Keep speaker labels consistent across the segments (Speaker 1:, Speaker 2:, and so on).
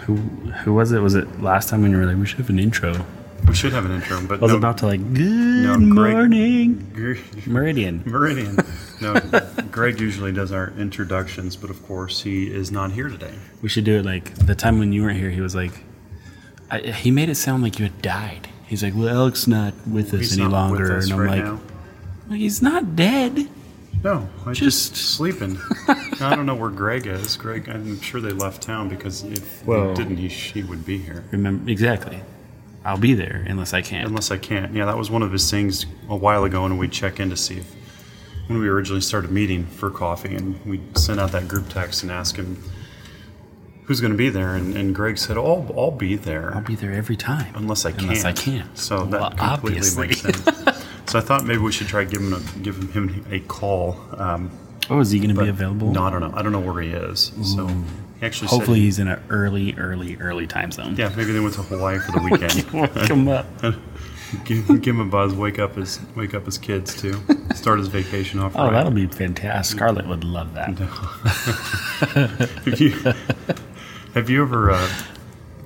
Speaker 1: who who was it? Was it last time when you were like, we should have an intro?
Speaker 2: We should have an intro, but
Speaker 1: I was
Speaker 2: no,
Speaker 1: about to like, good
Speaker 2: Greg-
Speaker 1: morning,
Speaker 2: Gre-
Speaker 1: Meridian.
Speaker 2: Meridian. No, Greg usually does our introductions, but of course he is not here today.
Speaker 1: We should do it like the time when you weren't here. He was like, I, he made it sound like you had died. He's like, well, Alec's not with us
Speaker 2: He's
Speaker 1: any
Speaker 2: not
Speaker 1: longer,
Speaker 2: with us
Speaker 1: and I'm
Speaker 2: right
Speaker 1: like,
Speaker 2: now.
Speaker 1: "Well, he's not dead.
Speaker 2: No, I'm just,
Speaker 1: Just-
Speaker 2: sleeping. I don't know where Greg is. Greg, I'm sure they left town because if
Speaker 1: Well-
Speaker 2: he didn't, he, she would be here.
Speaker 1: Remember exactly. I'll be there unless I can't.
Speaker 2: Unless I can't. Yeah, that was one of his things a while ago, and we check in to see if when we originally started meeting for coffee, and we sent out that group text and asked him who's going to be there, and, and Greg said, "I'll I'll be there."
Speaker 1: I'll be there every time
Speaker 2: Unless I can't.
Speaker 1: Unless I can't.
Speaker 2: So that
Speaker 1: Well,
Speaker 2: completely
Speaker 1: obviously.
Speaker 2: makes sense. so I thought maybe we should try giving a, giving him a call. Um,
Speaker 1: oh, is he going to
Speaker 2: but
Speaker 1: be available?
Speaker 2: No, I don't know. I don't know where he is. So he actually said-
Speaker 1: Hopefully, he's in an early, early, early time zone.
Speaker 2: yeah, maybe they went to Hawaii for the weekend.
Speaker 1: Wake him up.
Speaker 2: give, give him a buzz. Wake up his wake up his kids too. Start his vacation off.
Speaker 1: Oh,
Speaker 2: right.
Speaker 1: that'll be fantastic. Scarlett would love that.
Speaker 2: Have you, have you ever uh,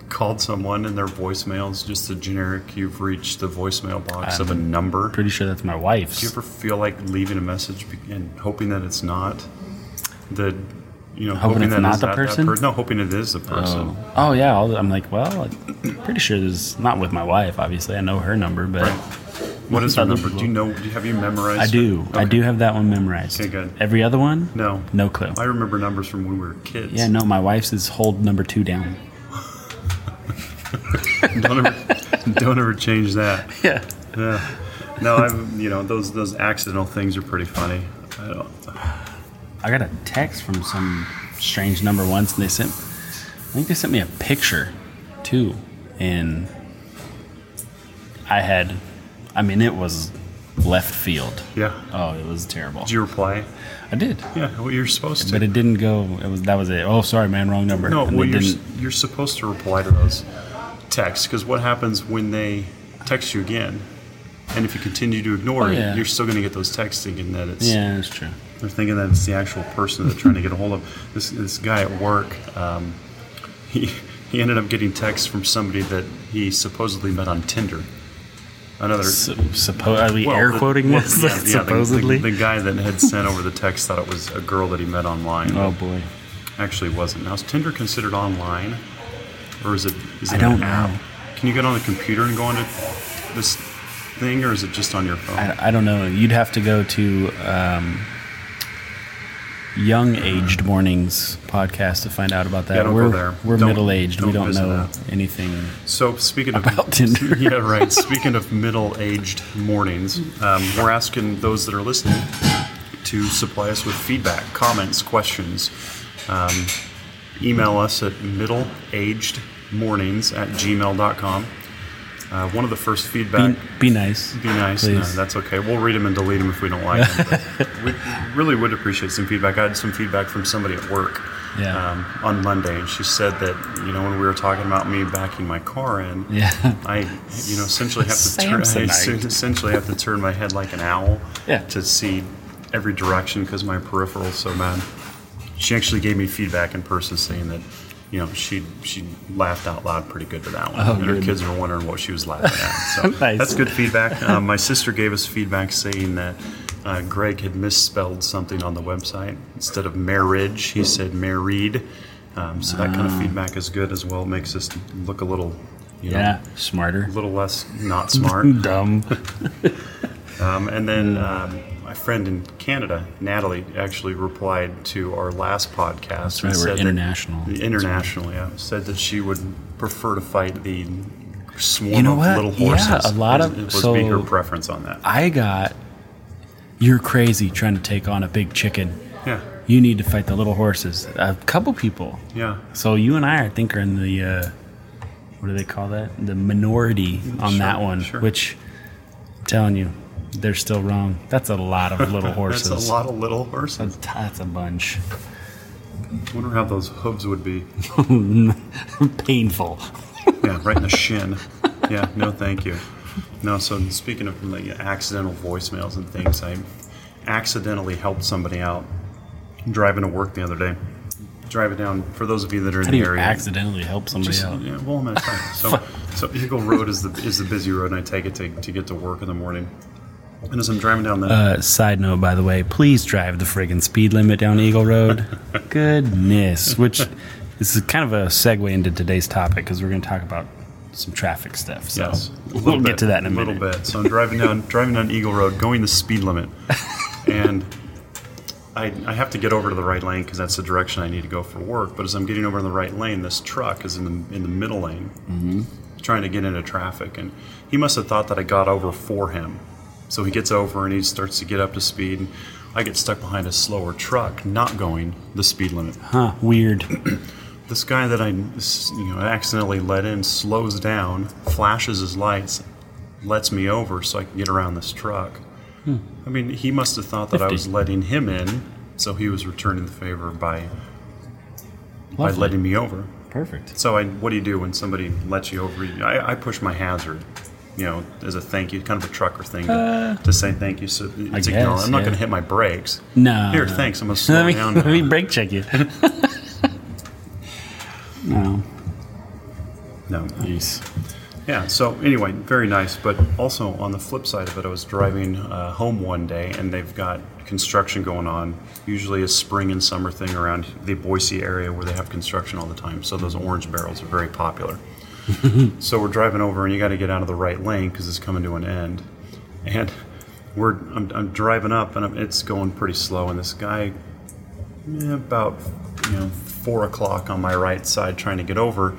Speaker 2: called someone and their voicemails just a generic? You've reached the voicemail box of a
Speaker 1: Um,
Speaker 2: number.
Speaker 1: Pretty sure that's my
Speaker 2: Do you
Speaker 1: wife's.
Speaker 2: ever feel like leaving a message be- and hoping that it's not the, you know,
Speaker 1: Hoping
Speaker 2: hoping,
Speaker 1: it's
Speaker 2: that
Speaker 1: not the
Speaker 2: that
Speaker 1: person?
Speaker 2: per- no, hoping it is the person.
Speaker 1: Oh, oh yeah. I'll, I'm like, well, I'm pretty sure this is not with my wife. Obviously, I know her number, but
Speaker 2: What is the
Speaker 1: Other
Speaker 2: number? Do you know? Do you, have you memorized?
Speaker 1: I do.
Speaker 2: it?
Speaker 1: I
Speaker 2: Okay.
Speaker 1: do have that one memorized.
Speaker 2: Okay, good.
Speaker 1: Every other one,
Speaker 2: No,
Speaker 1: no clue.
Speaker 2: I remember numbers from when we were kids.
Speaker 1: Yeah, no, my wife's is hold number two down.
Speaker 2: don't ever, don't ever change that.
Speaker 1: Yeah.
Speaker 2: Yeah. No, I've you know those those accidental things are pretty funny. I don't,
Speaker 1: I got a text from some strange number once, and they sent. I think they sent me a picture, too, and I had. I mean, it was left field.
Speaker 2: yeah.
Speaker 1: Oh, it was terrible.
Speaker 2: Did you reply?
Speaker 1: I did.
Speaker 2: Yeah. Well, you're supposed to.
Speaker 1: But it didn't go. It was that was it. Oh, sorry, man, wrong number.
Speaker 2: No,
Speaker 1: And
Speaker 2: well,
Speaker 1: it
Speaker 2: you're,
Speaker 1: didn't.
Speaker 2: you're supposed to reply to those texts because what happens when they text you again? And if you continue to ignore
Speaker 1: Oh,
Speaker 2: it,
Speaker 1: yeah.
Speaker 2: you're still going to get those texts thinking that it's
Speaker 1: Yeah, that's true.
Speaker 2: they're thinking that it's the actual person they're trying to get a hold of. This this guy at work, um, he he ended up getting texts from somebody that he supposedly met on Tinder. Another
Speaker 1: So, suppo- are we air
Speaker 2: the-
Speaker 1: quoting
Speaker 2: well,
Speaker 1: this?
Speaker 2: yeah,
Speaker 1: Like,
Speaker 2: yeah, the- the-
Speaker 1: supposedly.
Speaker 2: the, guy that had sent over the text thought it was a girl that he met online.
Speaker 1: oh boy,
Speaker 2: Actually, it wasn't. Now, is Tinder considered online, or is it? Is
Speaker 1: I
Speaker 2: it
Speaker 1: don't
Speaker 2: an app?
Speaker 1: know.
Speaker 2: Can you get on the computer and go onto this thing, or is it just on your phone?
Speaker 1: I, I don't know. You'd have to go to um, Young Aged Mornings podcast to find out about that.
Speaker 2: Yeah, don't go
Speaker 1: we're
Speaker 2: there.
Speaker 1: we're
Speaker 2: Don't-
Speaker 1: middle aged. We
Speaker 2: don't
Speaker 1: don't
Speaker 2: visit
Speaker 1: know
Speaker 2: that.
Speaker 1: anything.
Speaker 2: so, speaking of
Speaker 1: About Tinder.
Speaker 2: yeah, right. Speaking of middle-aged mornings, um, we're asking those that are listening to supply us with feedback, comments, questions. Um, email us at middleagedmornings at gmail.com. Uh, one of the first feedback.
Speaker 1: Be, be nice.
Speaker 2: Be nice. No,
Speaker 1: Please.
Speaker 2: that's okay. We'll read them and delete them if we don't like them. but we really would appreciate some feedback. I had some feedback from somebody at work
Speaker 1: Yeah.
Speaker 2: um, on Monday, and she said that you know when we were talking about me backing my car in,
Speaker 1: yeah.
Speaker 2: I you know essentially have to turn I
Speaker 1: Samsonite.
Speaker 2: essentially have to turn my head like an owl
Speaker 1: Yeah.
Speaker 2: to see every direction because my peripheral's so bad. She actually gave me feedback in person saying that. You know, she she laughed out loud pretty good to that one,
Speaker 1: Oh,
Speaker 2: and her
Speaker 1: good.
Speaker 2: kids were wondering what she was laughing at. So
Speaker 1: Nice.
Speaker 2: that's good feedback. Um, my sister gave us feedback saying that uh, Greg had misspelled something on the website. Instead of marriage, he said married. Um, so that kind
Speaker 1: Ah.
Speaker 2: of feedback is good as well. Makes us look a little, you know,
Speaker 1: Yeah. Smarter.
Speaker 2: a little less not smart.
Speaker 1: Dumb.
Speaker 2: Um, and then um, my friend in Canada, Natalie, actually replied to our last podcast.
Speaker 1: Right, we're
Speaker 2: and said that-
Speaker 1: international.
Speaker 2: international, yeah. Said that she would prefer to fight the swarm
Speaker 1: You know
Speaker 2: of
Speaker 1: what?
Speaker 2: little
Speaker 1: Yeah,
Speaker 2: horses.
Speaker 1: a lot of-
Speaker 2: it was
Speaker 1: so-
Speaker 2: be her preference on that.
Speaker 1: I got. You're crazy trying to take on a big chicken.
Speaker 2: Yeah,
Speaker 1: You need to fight the little horses. A couple people.
Speaker 2: yeah.
Speaker 1: So you and I, I think, are in the uh, what do they call that? The minority on
Speaker 2: Sure,
Speaker 1: that one.
Speaker 2: sure.
Speaker 1: Which, I'm telling you, they're still wrong. That's a lot of little horses.
Speaker 2: That's a lot of little horses.
Speaker 1: That's- That's a bunch.
Speaker 2: I wonder how those hooves would be.
Speaker 1: Painful.
Speaker 2: Yeah, right in the shin. Yeah, no, thank you. No, so speaking of like accidental voicemails and things, I accidentally helped somebody out driving to work the other day. drive it down. For those of you that are
Speaker 1: How
Speaker 2: in
Speaker 1: do
Speaker 2: the
Speaker 1: you
Speaker 2: area,
Speaker 1: accidentally help somebody
Speaker 2: just,
Speaker 1: out?
Speaker 2: yeah, well, I'm at a time. So, so Eagle Road is the is the busy road, and I take it to, to get to work in the morning. And as I'm driving down that,
Speaker 1: Uh, side note, by the way, please drive the friggin' speed limit down Eagle Road. Goodness. Which this is kind of a segue into today's topic because we're going to talk about some traffic stuff. So
Speaker 2: Yes. A
Speaker 1: we'll
Speaker 2: little
Speaker 1: get
Speaker 2: bit,
Speaker 1: to that in a
Speaker 2: little
Speaker 1: minute.
Speaker 2: bit. So I'm driving down driving down Eagle Road, going the speed limit, and I, I have to get over to the right lane because that's the direction I need to go for work. But as I'm getting over to the right lane, this truck is in the in the middle lane,
Speaker 1: Mm-hmm.
Speaker 2: trying to get into traffic, and he must have thought that I got over for him. So he gets over and he starts to get up to speed. And I get stuck behind a slower truck, not going the speed limit
Speaker 1: Huh, weird.
Speaker 2: this guy that I this, you know accidentally let in slows down, flashes his lights, lets me over so I can get around this truck. I mean, he must have thought that I
Speaker 1: Hmm. Nifty.
Speaker 2: was letting him in, so he was returning the favor by by
Speaker 1: Lovely.
Speaker 2: letting me over.
Speaker 1: Perfect.
Speaker 2: So I, what do you do when somebody lets you over? You- I, I push my hazard, you know, as a thank you, kind of a trucker thing to, to say thank you. So it's
Speaker 1: Uh, I
Speaker 2: ignored.
Speaker 1: guess,
Speaker 2: I'm not
Speaker 1: yeah.
Speaker 2: going to hit my brakes.
Speaker 1: No.
Speaker 2: Here,
Speaker 1: no.
Speaker 2: thanks. I'm going to slow
Speaker 1: Let me,
Speaker 2: down.
Speaker 1: let
Speaker 2: now.
Speaker 1: me brake check you. no.
Speaker 2: no,
Speaker 1: Nice.
Speaker 2: Yeah, so anyway, very nice. But also on the flip side of it, I was driving uh, home one day and they've got construction going on. Usually a spring and summer thing around the Boise area where they have construction all the time. So those orange barrels are very popular. so we're driving over and you got to get out of the right lane because it's coming to an end. And we're I'm, I'm driving up and I'm, it's going pretty slow. And this guy eh, about you know four o'clock on my right side trying to get over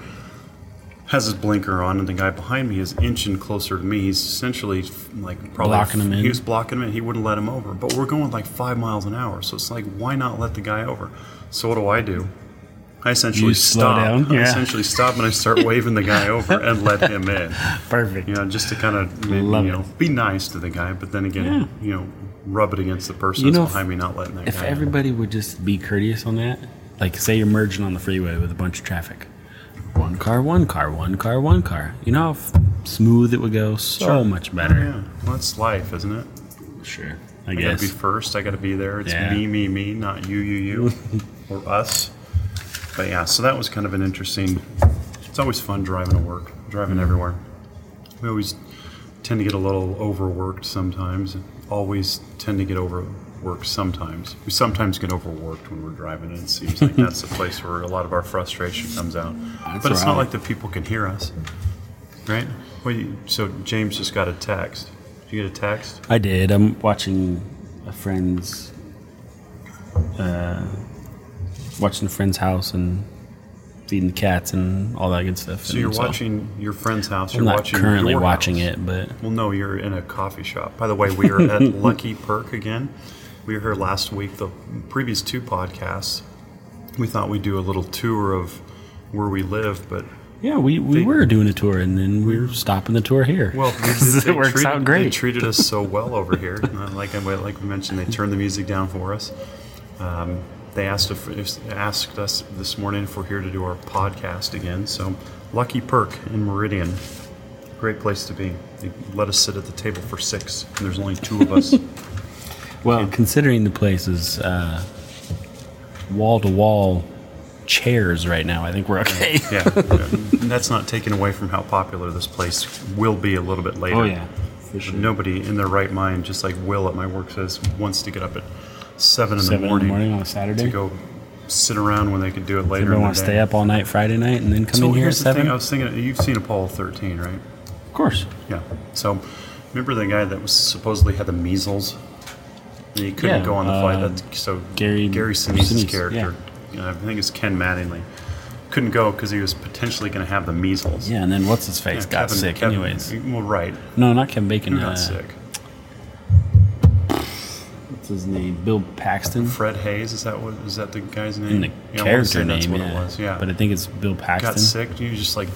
Speaker 2: has his blinker on and the guy behind me is inching closer to me he's essentially f- like probably
Speaker 1: Blocking him in.
Speaker 2: he was blocking him in he wouldn't let him over but we're going like five miles an hour so it's like why not let the guy over so what do i do i essentially
Speaker 1: You slow
Speaker 2: stop
Speaker 1: down?
Speaker 2: i
Speaker 1: Yeah.
Speaker 2: essentially stop and i start waving the guy over and let him in
Speaker 1: Perfect.
Speaker 2: you know just to kind of you
Speaker 1: Love
Speaker 2: know be nice to the guy but then again you know rub it against the person
Speaker 1: You know,
Speaker 2: that's
Speaker 1: if-
Speaker 2: behind me not letting that
Speaker 1: If
Speaker 2: guy in.
Speaker 1: everybody would just be courteous on that, like say you're merging on the freeway with a bunch of traffic, one car, one car, one car, one car. You know how f- smooth it would go. So
Speaker 2: Sure.
Speaker 1: much better.
Speaker 2: Yeah, well, that's life, isn't it?
Speaker 1: Sure. I
Speaker 2: I gotta
Speaker 1: guess.
Speaker 2: be first. I gotta be there. It's
Speaker 1: Yeah.
Speaker 2: me, me, me, not you, you, you, or us. But yeah, so that was kind of an interesting. It's always fun driving to work, driving
Speaker 1: Mm-hmm.
Speaker 2: everywhere. We always tend to get a little overworked sometimes. Always tend to get overworked sometimes. We sometimes get overworked when we're driving, and it seems like that's the place where a lot of our frustration comes out.
Speaker 1: That's
Speaker 2: but it's not
Speaker 1: right.
Speaker 2: like the people can hear us, right? Well, you, so James just got a text. Did you get a text?
Speaker 1: I did. I'm watching a friend's, uh, watching a friend's house and feeding the cats and all that good stuff.
Speaker 2: So you're watching your friend's house.
Speaker 1: I'm
Speaker 2: You're
Speaker 1: not
Speaker 2: watching
Speaker 1: currently
Speaker 2: your
Speaker 1: watching
Speaker 2: house.
Speaker 1: it, but
Speaker 2: Well, no, you're in a coffee shop. By the way, we are at Lucky Perk again. We were here last week. The previous two podcasts, we thought we'd do a little tour of where we live, but
Speaker 1: yeah, we, we were doing a tour and then we were stopping the tour here.
Speaker 2: well, they-
Speaker 1: it
Speaker 2: they
Speaker 1: works
Speaker 2: treated,
Speaker 1: out
Speaker 2: They
Speaker 1: great.
Speaker 2: treated us so well over here. Uh, like I like we mentioned, they turned the music down for us. Um, they asked if, if- asked us this morning if we're here to do our podcast again. So, Lucky Perk in Meridian, great place to be. They let us sit at the table for six, and there's only two of us.
Speaker 1: Well, considering the uh, place is wall to wall chairs right now, I think we're okay.
Speaker 2: yeah, yeah. And that's not taken away from how popular this place will be a little bit later.
Speaker 1: Oh, for sure.
Speaker 2: Nobody Oh, in their right mind, just like Will at my work says, wants to get up at seven
Speaker 1: Seven
Speaker 2: in the
Speaker 1: in the
Speaker 2: morning.
Speaker 1: morning on a Saturday.
Speaker 2: to go sit around when they could do it later.
Speaker 1: Everyone
Speaker 2: in the
Speaker 1: want to
Speaker 2: day.
Speaker 1: stay up all night Friday night and then come
Speaker 2: So
Speaker 1: in here at
Speaker 2: here's the
Speaker 1: seven.
Speaker 2: thing. I was thinking you've seen Apollo 13, right?
Speaker 1: of course.
Speaker 2: Yeah. So remember the guy that was supposedly had the measles? And he couldn't
Speaker 1: Yeah,
Speaker 2: go on the flight.
Speaker 1: uh,
Speaker 2: That's so
Speaker 1: Gary-
Speaker 2: Gary Sinise's
Speaker 1: Sinise,
Speaker 2: character. uh, I think it's Ken Mattingly. Couldn't go because he was potentially going to have the measles.
Speaker 1: Yeah, and then what's his face got
Speaker 2: Kevin-
Speaker 1: sick,
Speaker 2: Kevin-
Speaker 1: anyways.
Speaker 2: Well, right.
Speaker 1: No, not Kevin Bacon.
Speaker 2: Who got
Speaker 1: uh,
Speaker 2: sick?
Speaker 1: What's his name? Bill Paxton.
Speaker 2: Fred Hayes is that what is that the guy's
Speaker 1: And
Speaker 2: name?
Speaker 1: the
Speaker 2: Yeah, I wanna say
Speaker 1: character
Speaker 2: that's
Speaker 1: name,
Speaker 2: what
Speaker 1: yeah.
Speaker 2: it was. Yeah.
Speaker 1: But I think it's Bill Paxton.
Speaker 2: got sick. You just like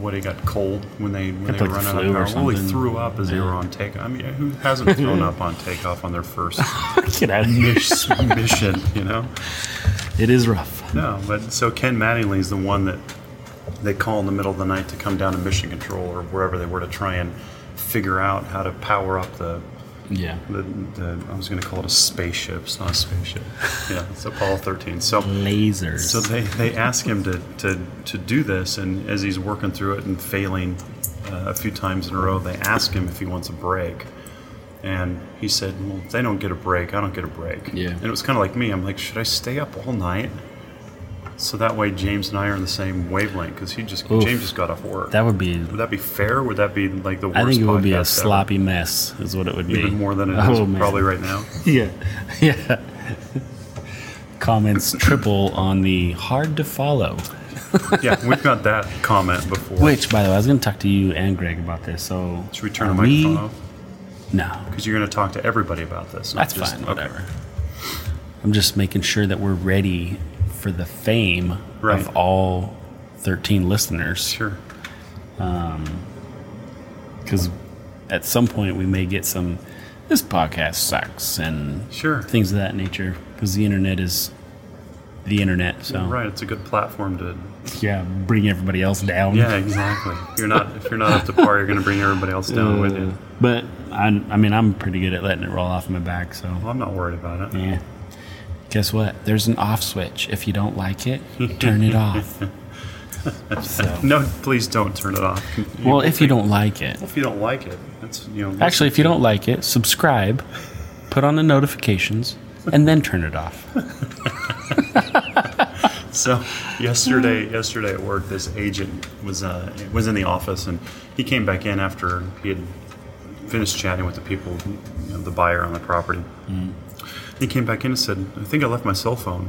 Speaker 2: what he got cold when they when
Speaker 1: Got,
Speaker 2: they
Speaker 1: like,
Speaker 2: run
Speaker 1: the
Speaker 2: out of
Speaker 1: flu
Speaker 2: power.
Speaker 1: or
Speaker 2: Well, he
Speaker 1: something.
Speaker 2: threw up as they
Speaker 1: Yeah.
Speaker 2: were on takeoff. I mean, who hasn't thrown up on takeoff on their first
Speaker 1: Get out of here.
Speaker 2: mish- mission? You know,
Speaker 1: It is rough.
Speaker 2: no. But so Ken Mattingly is the one that they call in the middle of the night to come down to mission control or wherever they were to try and figure out how to power up the
Speaker 1: Yeah.
Speaker 2: The, the, I was going to call it a spaceship. It's not a spaceship. yeah, it's Apollo 13. So,
Speaker 1: Lasers.
Speaker 2: so they, they ask him to, to, to do this, and as he's working through it and failing uh, a few times in a row, they ask him if he wants a break. And he said, Well, if they don't get a break, I don't get a break.
Speaker 1: Yeah.
Speaker 2: And it was kind of like me. I'm like, Should I stay up all night? So that way, James and I are on the same wavelength because he just
Speaker 1: Oof.
Speaker 2: James just got off work.
Speaker 1: that would be.
Speaker 2: would that be fair? Would that be like the worst?
Speaker 1: I think it would be a
Speaker 2: podcast ever?
Speaker 1: sloppy mess, is what it would be.
Speaker 2: even more than it is
Speaker 1: Oh, man.
Speaker 2: probably right now.
Speaker 1: Yeah. Yeah. Comments triple on the hard to follow.
Speaker 2: yeah, we've got that comment before.
Speaker 1: Which, by the way, I was going to talk to you and Greg about this. So
Speaker 2: Should we turn the
Speaker 1: are we-
Speaker 2: microphone off?
Speaker 1: No,
Speaker 2: Because you're going to talk to everybody about this. not
Speaker 1: that's
Speaker 2: just-
Speaker 1: fine.
Speaker 2: okay.
Speaker 1: Whatever. I'm just making sure that we're ready for the fame
Speaker 2: Right.
Speaker 1: of all 13 listeners,
Speaker 2: Sure.
Speaker 1: because at some point we may get some. This podcast sucks and
Speaker 2: Sure.
Speaker 1: things of that nature, because the internet is the internet. So
Speaker 2: Right. It's a good platform to.
Speaker 1: yeah, bring everybody else down.
Speaker 2: Yeah, exactly. You're not if you're not up to par, you're going to bring everybody else down with
Speaker 1: Uh,
Speaker 2: you.
Speaker 1: But I, I mean, I'm pretty good at letting it roll off my back. So
Speaker 2: Well, I'm not worried about it.
Speaker 1: yeah. Guess what? There's an off switch. If you don't like it, turn it off. So,
Speaker 2: No, please don't turn it off.
Speaker 1: well, if you don't like it,
Speaker 2: If you don't like it, that's you know.
Speaker 1: actually, if you don't like it, subscribe, put on the notifications, and then turn it off.
Speaker 2: So yesterday, yesterday at work, this agent was uh, was in the office, and he came back in after he had finished chatting with the people, you know, the buyer on the property.
Speaker 1: Mm-hmm.
Speaker 2: He came back in and said, "I think I left my cell phone."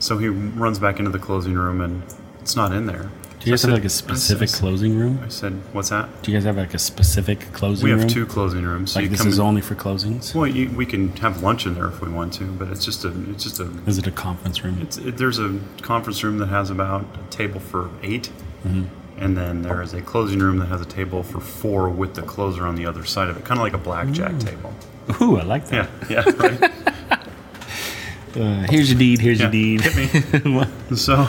Speaker 2: So he runs back into the closing room, and it's not in there.
Speaker 1: Do you guys
Speaker 2: So
Speaker 1: have
Speaker 2: I
Speaker 1: like a
Speaker 2: said- I s-
Speaker 1: specific closing room?
Speaker 2: I said, "What's that?"
Speaker 1: Do you guys have like a specific closing
Speaker 2: We
Speaker 1: room?
Speaker 2: have two closing rooms. So
Speaker 1: Like this
Speaker 2: come
Speaker 1: is
Speaker 2: in-
Speaker 1: only for closings.
Speaker 2: Well, you, we can have lunch in there if we want to, but it's just a it's just a
Speaker 1: Is it a conference room?
Speaker 2: It's, it, there's a conference room that has about a table for 8 Mm-hmm. and then there is a closing room that has a table for four with the closer on the other side of it, kind of like a blackjack table.
Speaker 1: Ooh, I like that.
Speaker 2: Yeah, Mm. yeah, right.
Speaker 1: Uh, here's your deed. Here's
Speaker 2: yeah.
Speaker 1: your deed.
Speaker 2: Hit me. so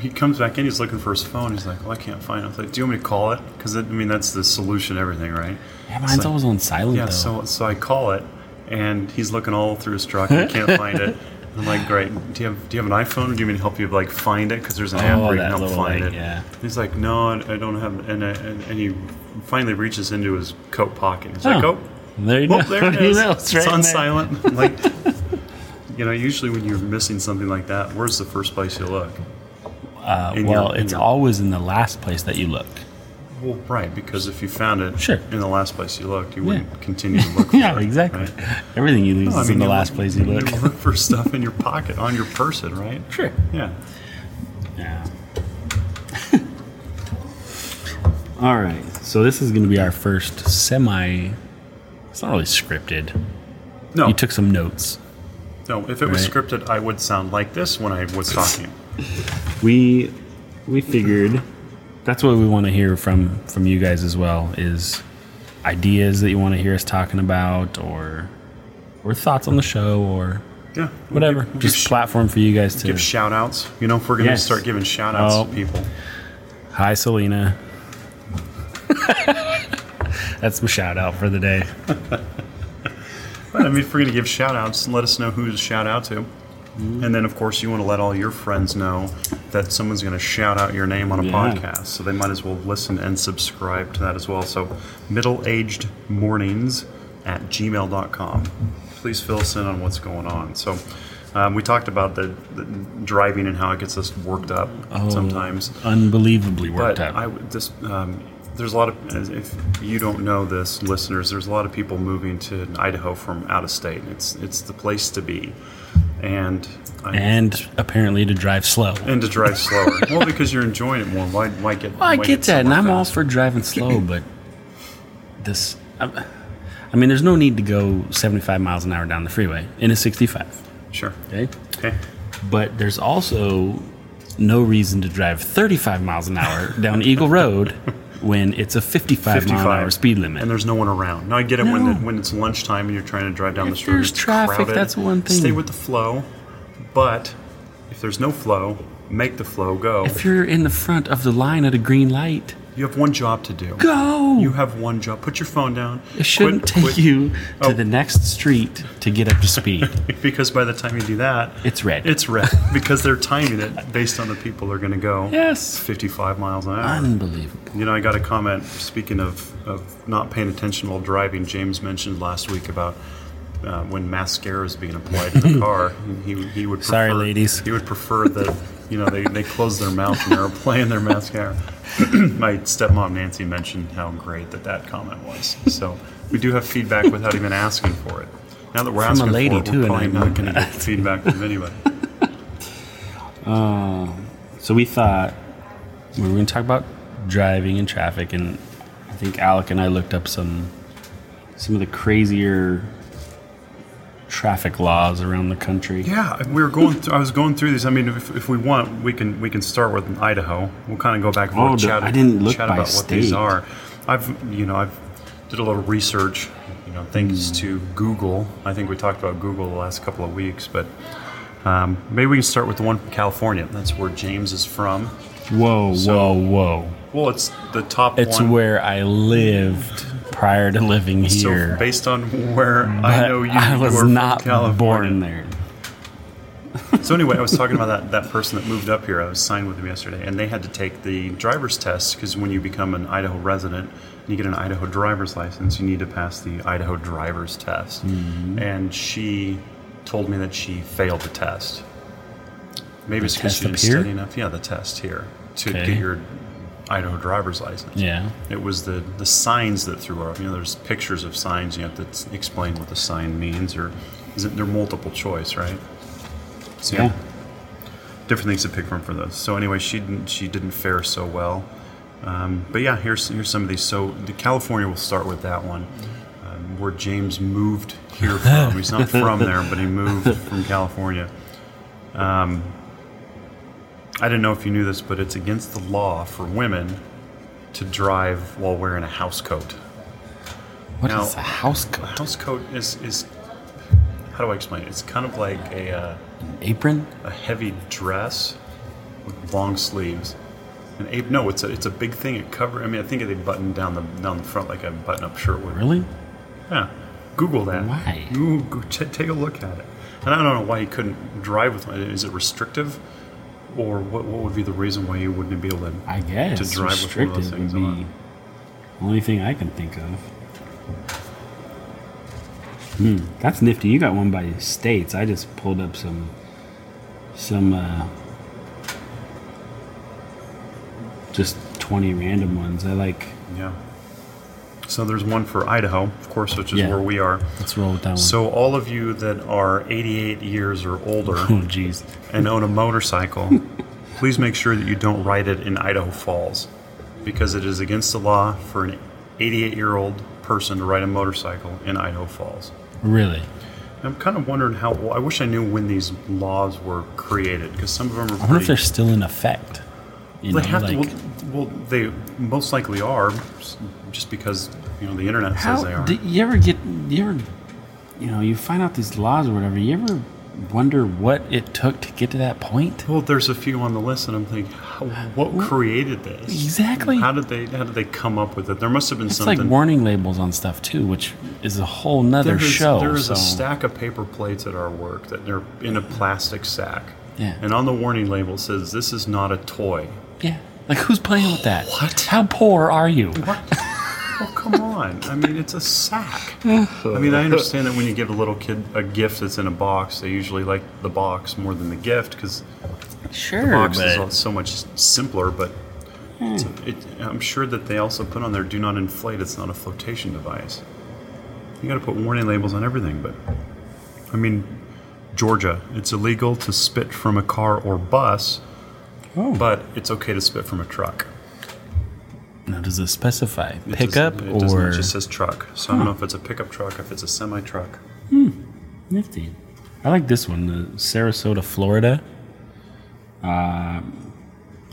Speaker 2: he comes back in. He's looking for his phone. He's like, "Well, I can't find it." I was like, "Do you want me to call it?" Because I mean, that's the solution, to everything, right?
Speaker 1: Yeah, mine's
Speaker 2: So-
Speaker 1: always on silent
Speaker 2: Yeah,
Speaker 1: though.
Speaker 2: so so I call it, and he's looking all through his truck and he can't find it. And I'm like, great. Do you have Do you have an iPhone? Do you mean to help you like find it? Because there's an app
Speaker 1: Oh,
Speaker 2: where you
Speaker 1: that
Speaker 2: can help
Speaker 1: little
Speaker 2: find
Speaker 1: thing,
Speaker 2: it.
Speaker 1: yeah.
Speaker 2: He's like, no, I I don't have. And I, and, and he finally reaches into his coat pocket. He's like,
Speaker 1: Oh.
Speaker 2: oh,
Speaker 1: There you
Speaker 2: well,
Speaker 1: go.
Speaker 2: there it is.
Speaker 1: That was right
Speaker 2: it's
Speaker 1: in
Speaker 2: on
Speaker 1: there.
Speaker 2: silent. I'm like, you know, usually when you're missing something like that, where's the first place you look?
Speaker 1: Uh,
Speaker 2: in
Speaker 1: well,
Speaker 2: your- in
Speaker 1: it's
Speaker 2: your-
Speaker 1: always in the last place that you look.
Speaker 2: Well, right, because if you found it
Speaker 1: Sure.
Speaker 2: in the last place you looked, you
Speaker 1: Yeah.
Speaker 2: wouldn't continue to look. For
Speaker 1: Yeah,
Speaker 2: it,
Speaker 1: exactly.
Speaker 2: right?
Speaker 1: Everything you lose
Speaker 2: No,
Speaker 1: is in the
Speaker 2: you
Speaker 1: last place you look.
Speaker 2: You look for stuff in your pocket, on your person, right?
Speaker 1: Sure.
Speaker 2: Yeah.
Speaker 1: Yeah. All right. So this is going to be our first semi. It's not really scripted.
Speaker 2: No,
Speaker 1: You took some notes.
Speaker 2: no. If it was
Speaker 1: Right.
Speaker 2: scripted, I would sound like this when I was talking.
Speaker 1: We we figured that's what we want to hear from from you guys as well is ideas that you want to hear us talking about or or thoughts on the show or
Speaker 2: Yeah.
Speaker 1: whatever.
Speaker 2: Give,
Speaker 1: Just
Speaker 2: give,
Speaker 1: platform for you guys to
Speaker 2: give shout outs. You know, if we're going to
Speaker 1: Yes.
Speaker 2: start giving shout outs
Speaker 1: Oh.
Speaker 2: to people.
Speaker 1: Hi, Selena. That's my shout out for the day.
Speaker 2: But I mean, if we're going to give shout outs, let us know who to shout out to. And then, of course, you want to let all your friends know that someone's going to shout out your name on a
Speaker 1: Yeah.
Speaker 2: podcast. So they might as well listen and subscribe to that as well. So, middle aged mornings at gmail.com. Please fill us in on what's going on. So, um, we talked about the, the driving and how it gets us worked up sometimes.
Speaker 1: Unbelievably worked
Speaker 2: But
Speaker 1: out.
Speaker 2: I would this um, there's a lot of as if you don't know this, listeners. There's a lot of people moving to Idaho from out of state. It's it's the place to be, and I, and,
Speaker 1: and apparently to drive slow.
Speaker 2: to drive slower. well, because you're enjoying it more. Why why get?
Speaker 1: Well, I
Speaker 2: why
Speaker 1: get that, and
Speaker 2: somewhere
Speaker 1: I'm all
Speaker 2: fast?
Speaker 1: for driving slow, but this. I, I mean, there's no need to go 75 miles an hour down the freeway in a 65.
Speaker 2: sure.
Speaker 1: Okay.
Speaker 2: Okay.
Speaker 1: But there's also no reason to drive 35 miles an hour down Eagle Road when it's a 55, mile an hour speed limit.
Speaker 2: and there's no one around. Now I get it when
Speaker 1: No.
Speaker 2: the, when it's lunchtime and you're trying to drive down the
Speaker 1: If
Speaker 2: street.
Speaker 1: there's
Speaker 2: it's
Speaker 1: traffic,
Speaker 2: crowded.
Speaker 1: that's one thing.
Speaker 2: Stay with the flow, but if there's no flow, make the flow go.
Speaker 1: If you're in the front of the line at a green light,
Speaker 2: You have one job to do.
Speaker 1: Go.
Speaker 2: You have one job. Put your phone down.
Speaker 1: it shouldn't
Speaker 2: Quit-
Speaker 1: take
Speaker 2: quit-
Speaker 1: you to
Speaker 2: Oh.
Speaker 1: the next street to get up to speed.
Speaker 2: because by the time you do that,
Speaker 1: It's red.
Speaker 2: It's red because they're timing it based on the people they're going to go.
Speaker 1: yes.
Speaker 2: 55 miles an hour.
Speaker 1: Unbelievable.
Speaker 2: You know, I got a comment. Speaking of, of not paying attention while driving, James mentioned last week about uh, when mascara is being applied in the car. and He, he would prefer,
Speaker 1: Sorry, ladies.
Speaker 2: He would prefer that you know they, they close their mouth when they're applying their mascara. My stepmom Nancy mentioned how great that that comment was. So we do have feedback without even asking for it. Now that we're
Speaker 1: From a
Speaker 2: asking
Speaker 1: lady,
Speaker 2: for it,
Speaker 1: too,
Speaker 2: we're
Speaker 1: and
Speaker 2: probably
Speaker 1: I'm
Speaker 2: not
Speaker 1: not
Speaker 2: going to
Speaker 1: gonna
Speaker 2: get feedback from anybody.
Speaker 1: So we thought we were going to talk about driving and traffic, and I think Alec and I looked up some some of the crazier traffic laws around the country.
Speaker 2: Yeah, we were going. Th- I was going through these. I mean, if, if we want, we can we can start with Idaho. We'll kind of go back and
Speaker 1: Oh,
Speaker 2: forth,
Speaker 1: the-
Speaker 2: chat,
Speaker 1: I didn't look
Speaker 2: chat
Speaker 1: by
Speaker 2: about what these
Speaker 1: state.
Speaker 2: are. I've you know I've did a little research. You know,
Speaker 1: Hmm.
Speaker 2: thanks to Google. I think we talked about Google the last couple of weeks, but um, maybe we can start with the one from California. That's where James is from.
Speaker 1: Whoa, whoa, whoa!
Speaker 2: Well, it's the top
Speaker 1: It's
Speaker 2: one.
Speaker 1: where I lived prior to living here.
Speaker 2: so based on where I
Speaker 1: but
Speaker 2: know you,
Speaker 1: I was
Speaker 2: you are from
Speaker 1: not
Speaker 2: California.
Speaker 1: born there.
Speaker 2: So anyway, I was talking about that, that person that moved up here. I was signed with them yesterday, and they had to take the driver's test because when you become an Idaho resident and you get an Idaho driver's license, you need to pass the Idaho driver's test.
Speaker 1: Mm-hmm.
Speaker 2: And she told me that she failed the test. Maybe it's because
Speaker 1: test
Speaker 2: she
Speaker 1: up
Speaker 2: didn't
Speaker 1: here?
Speaker 2: study enough. Yeah, the test here to
Speaker 1: Okay.
Speaker 2: get your Idaho driver's license.
Speaker 1: Yeah.
Speaker 2: It was the, the signs that threw her off. You know, there's pictures of signs. You have to t- explain what the sign means, or is it they're multiple choice, right? So you
Speaker 1: Yeah.
Speaker 2: have different things to pick from for those. So anyway, she didn't she didn't fare so well. Um, but yeah, here's here's some of these. So the California, we'll start with that one, um, where James moved here from. He's not from there, but he moved from California. Um, I didn't know if you knew this, but it's against the law for women to drive while wearing a house coat.
Speaker 1: What is
Speaker 2: Now-
Speaker 1: a house
Speaker 2: A
Speaker 1: coat?
Speaker 2: house coat is is how do I explain it? It's kind of like a uh,
Speaker 1: An apron?
Speaker 2: a heavy dress with long sleeves. An ape? No, it's a it's a big thing. It cover. I mean, I think they button down the down the front like a button up shirt would.
Speaker 1: Really?
Speaker 2: Yeah. Google that.
Speaker 1: Why?
Speaker 2: Ooh, go- t- take a look at it. And I don't know why you couldn't drive with one. Is it restrictive, or what? What would be the reason why you wouldn't be able to?
Speaker 1: I guess.
Speaker 2: To drive with one of those
Speaker 1: restricted
Speaker 2: things
Speaker 1: would
Speaker 2: on.
Speaker 1: be the only thing I can think of. Hmm, that's nifty. You got one by states. I just pulled up some some uh, just twenty random ones. I like.
Speaker 2: Yeah. So there's one for Idaho, of course, which is
Speaker 1: Yeah.
Speaker 2: where we are.
Speaker 1: Let's roll with that one.
Speaker 2: So all of you that are 88 years or older.
Speaker 1: oh jeez.
Speaker 2: and own a motorcycle, please make sure that you don't ride it in Idaho Falls because it is against the law for an 88 year old person to ride a motorcycle in Idaho Falls.
Speaker 1: Really?
Speaker 2: I'm kind of wondering how, well, I wish I knew when these laws were created because some of them are
Speaker 1: I wonder if
Speaker 2: pretty-
Speaker 1: they're still in effect. You
Speaker 2: they
Speaker 1: know,
Speaker 2: have
Speaker 1: like,
Speaker 2: to, well, well, they most likely are s- just because, you know, the internet
Speaker 1: How
Speaker 2: says they are.
Speaker 1: do you ever get you ever you know you find out these laws or whatever? You ever wonder what it took to get to that point?
Speaker 2: well, there's a few on the list, and I'm thinking, how- what created this?
Speaker 1: Exactly.
Speaker 2: How did they? How did they come up with it? There must have been
Speaker 1: It's
Speaker 2: something.
Speaker 1: like warning labels on stuff too, which is a whole nother
Speaker 2: There is-
Speaker 1: show.
Speaker 2: There is
Speaker 1: so
Speaker 2: a stack of paper plates at our work that they're in a plastic sack.
Speaker 1: Yeah.
Speaker 2: And on the warning label it says, "This is not a toy."
Speaker 1: yeah, like who's playing with that?
Speaker 2: What?
Speaker 1: How poor are you?
Speaker 2: What? oh come on! I mean, it's a sack. I mean, I understand that when you give a little kid a gift that's in a box, they usually like the box more than the gift because
Speaker 1: Sure,
Speaker 2: box
Speaker 1: but Hmm.
Speaker 2: is all- so much simpler. But it's a- it, I'm sure that they also put on there, "Do not inflate." It's not a flotation device. You got to put warning labels on everything, but I mean, Georgia, it's illegal to spit from a car or bus,
Speaker 1: Oh.
Speaker 2: but it's okay to spit from a truck.
Speaker 1: now does it specify
Speaker 2: It
Speaker 1: pickup
Speaker 2: doesn't- it doesn't-
Speaker 1: or
Speaker 2: it just says truck. So I don't know if it's a pickup truck, if it's a semi truck.
Speaker 1: nifty? I like this one, the Sarasota, Florida. Uh,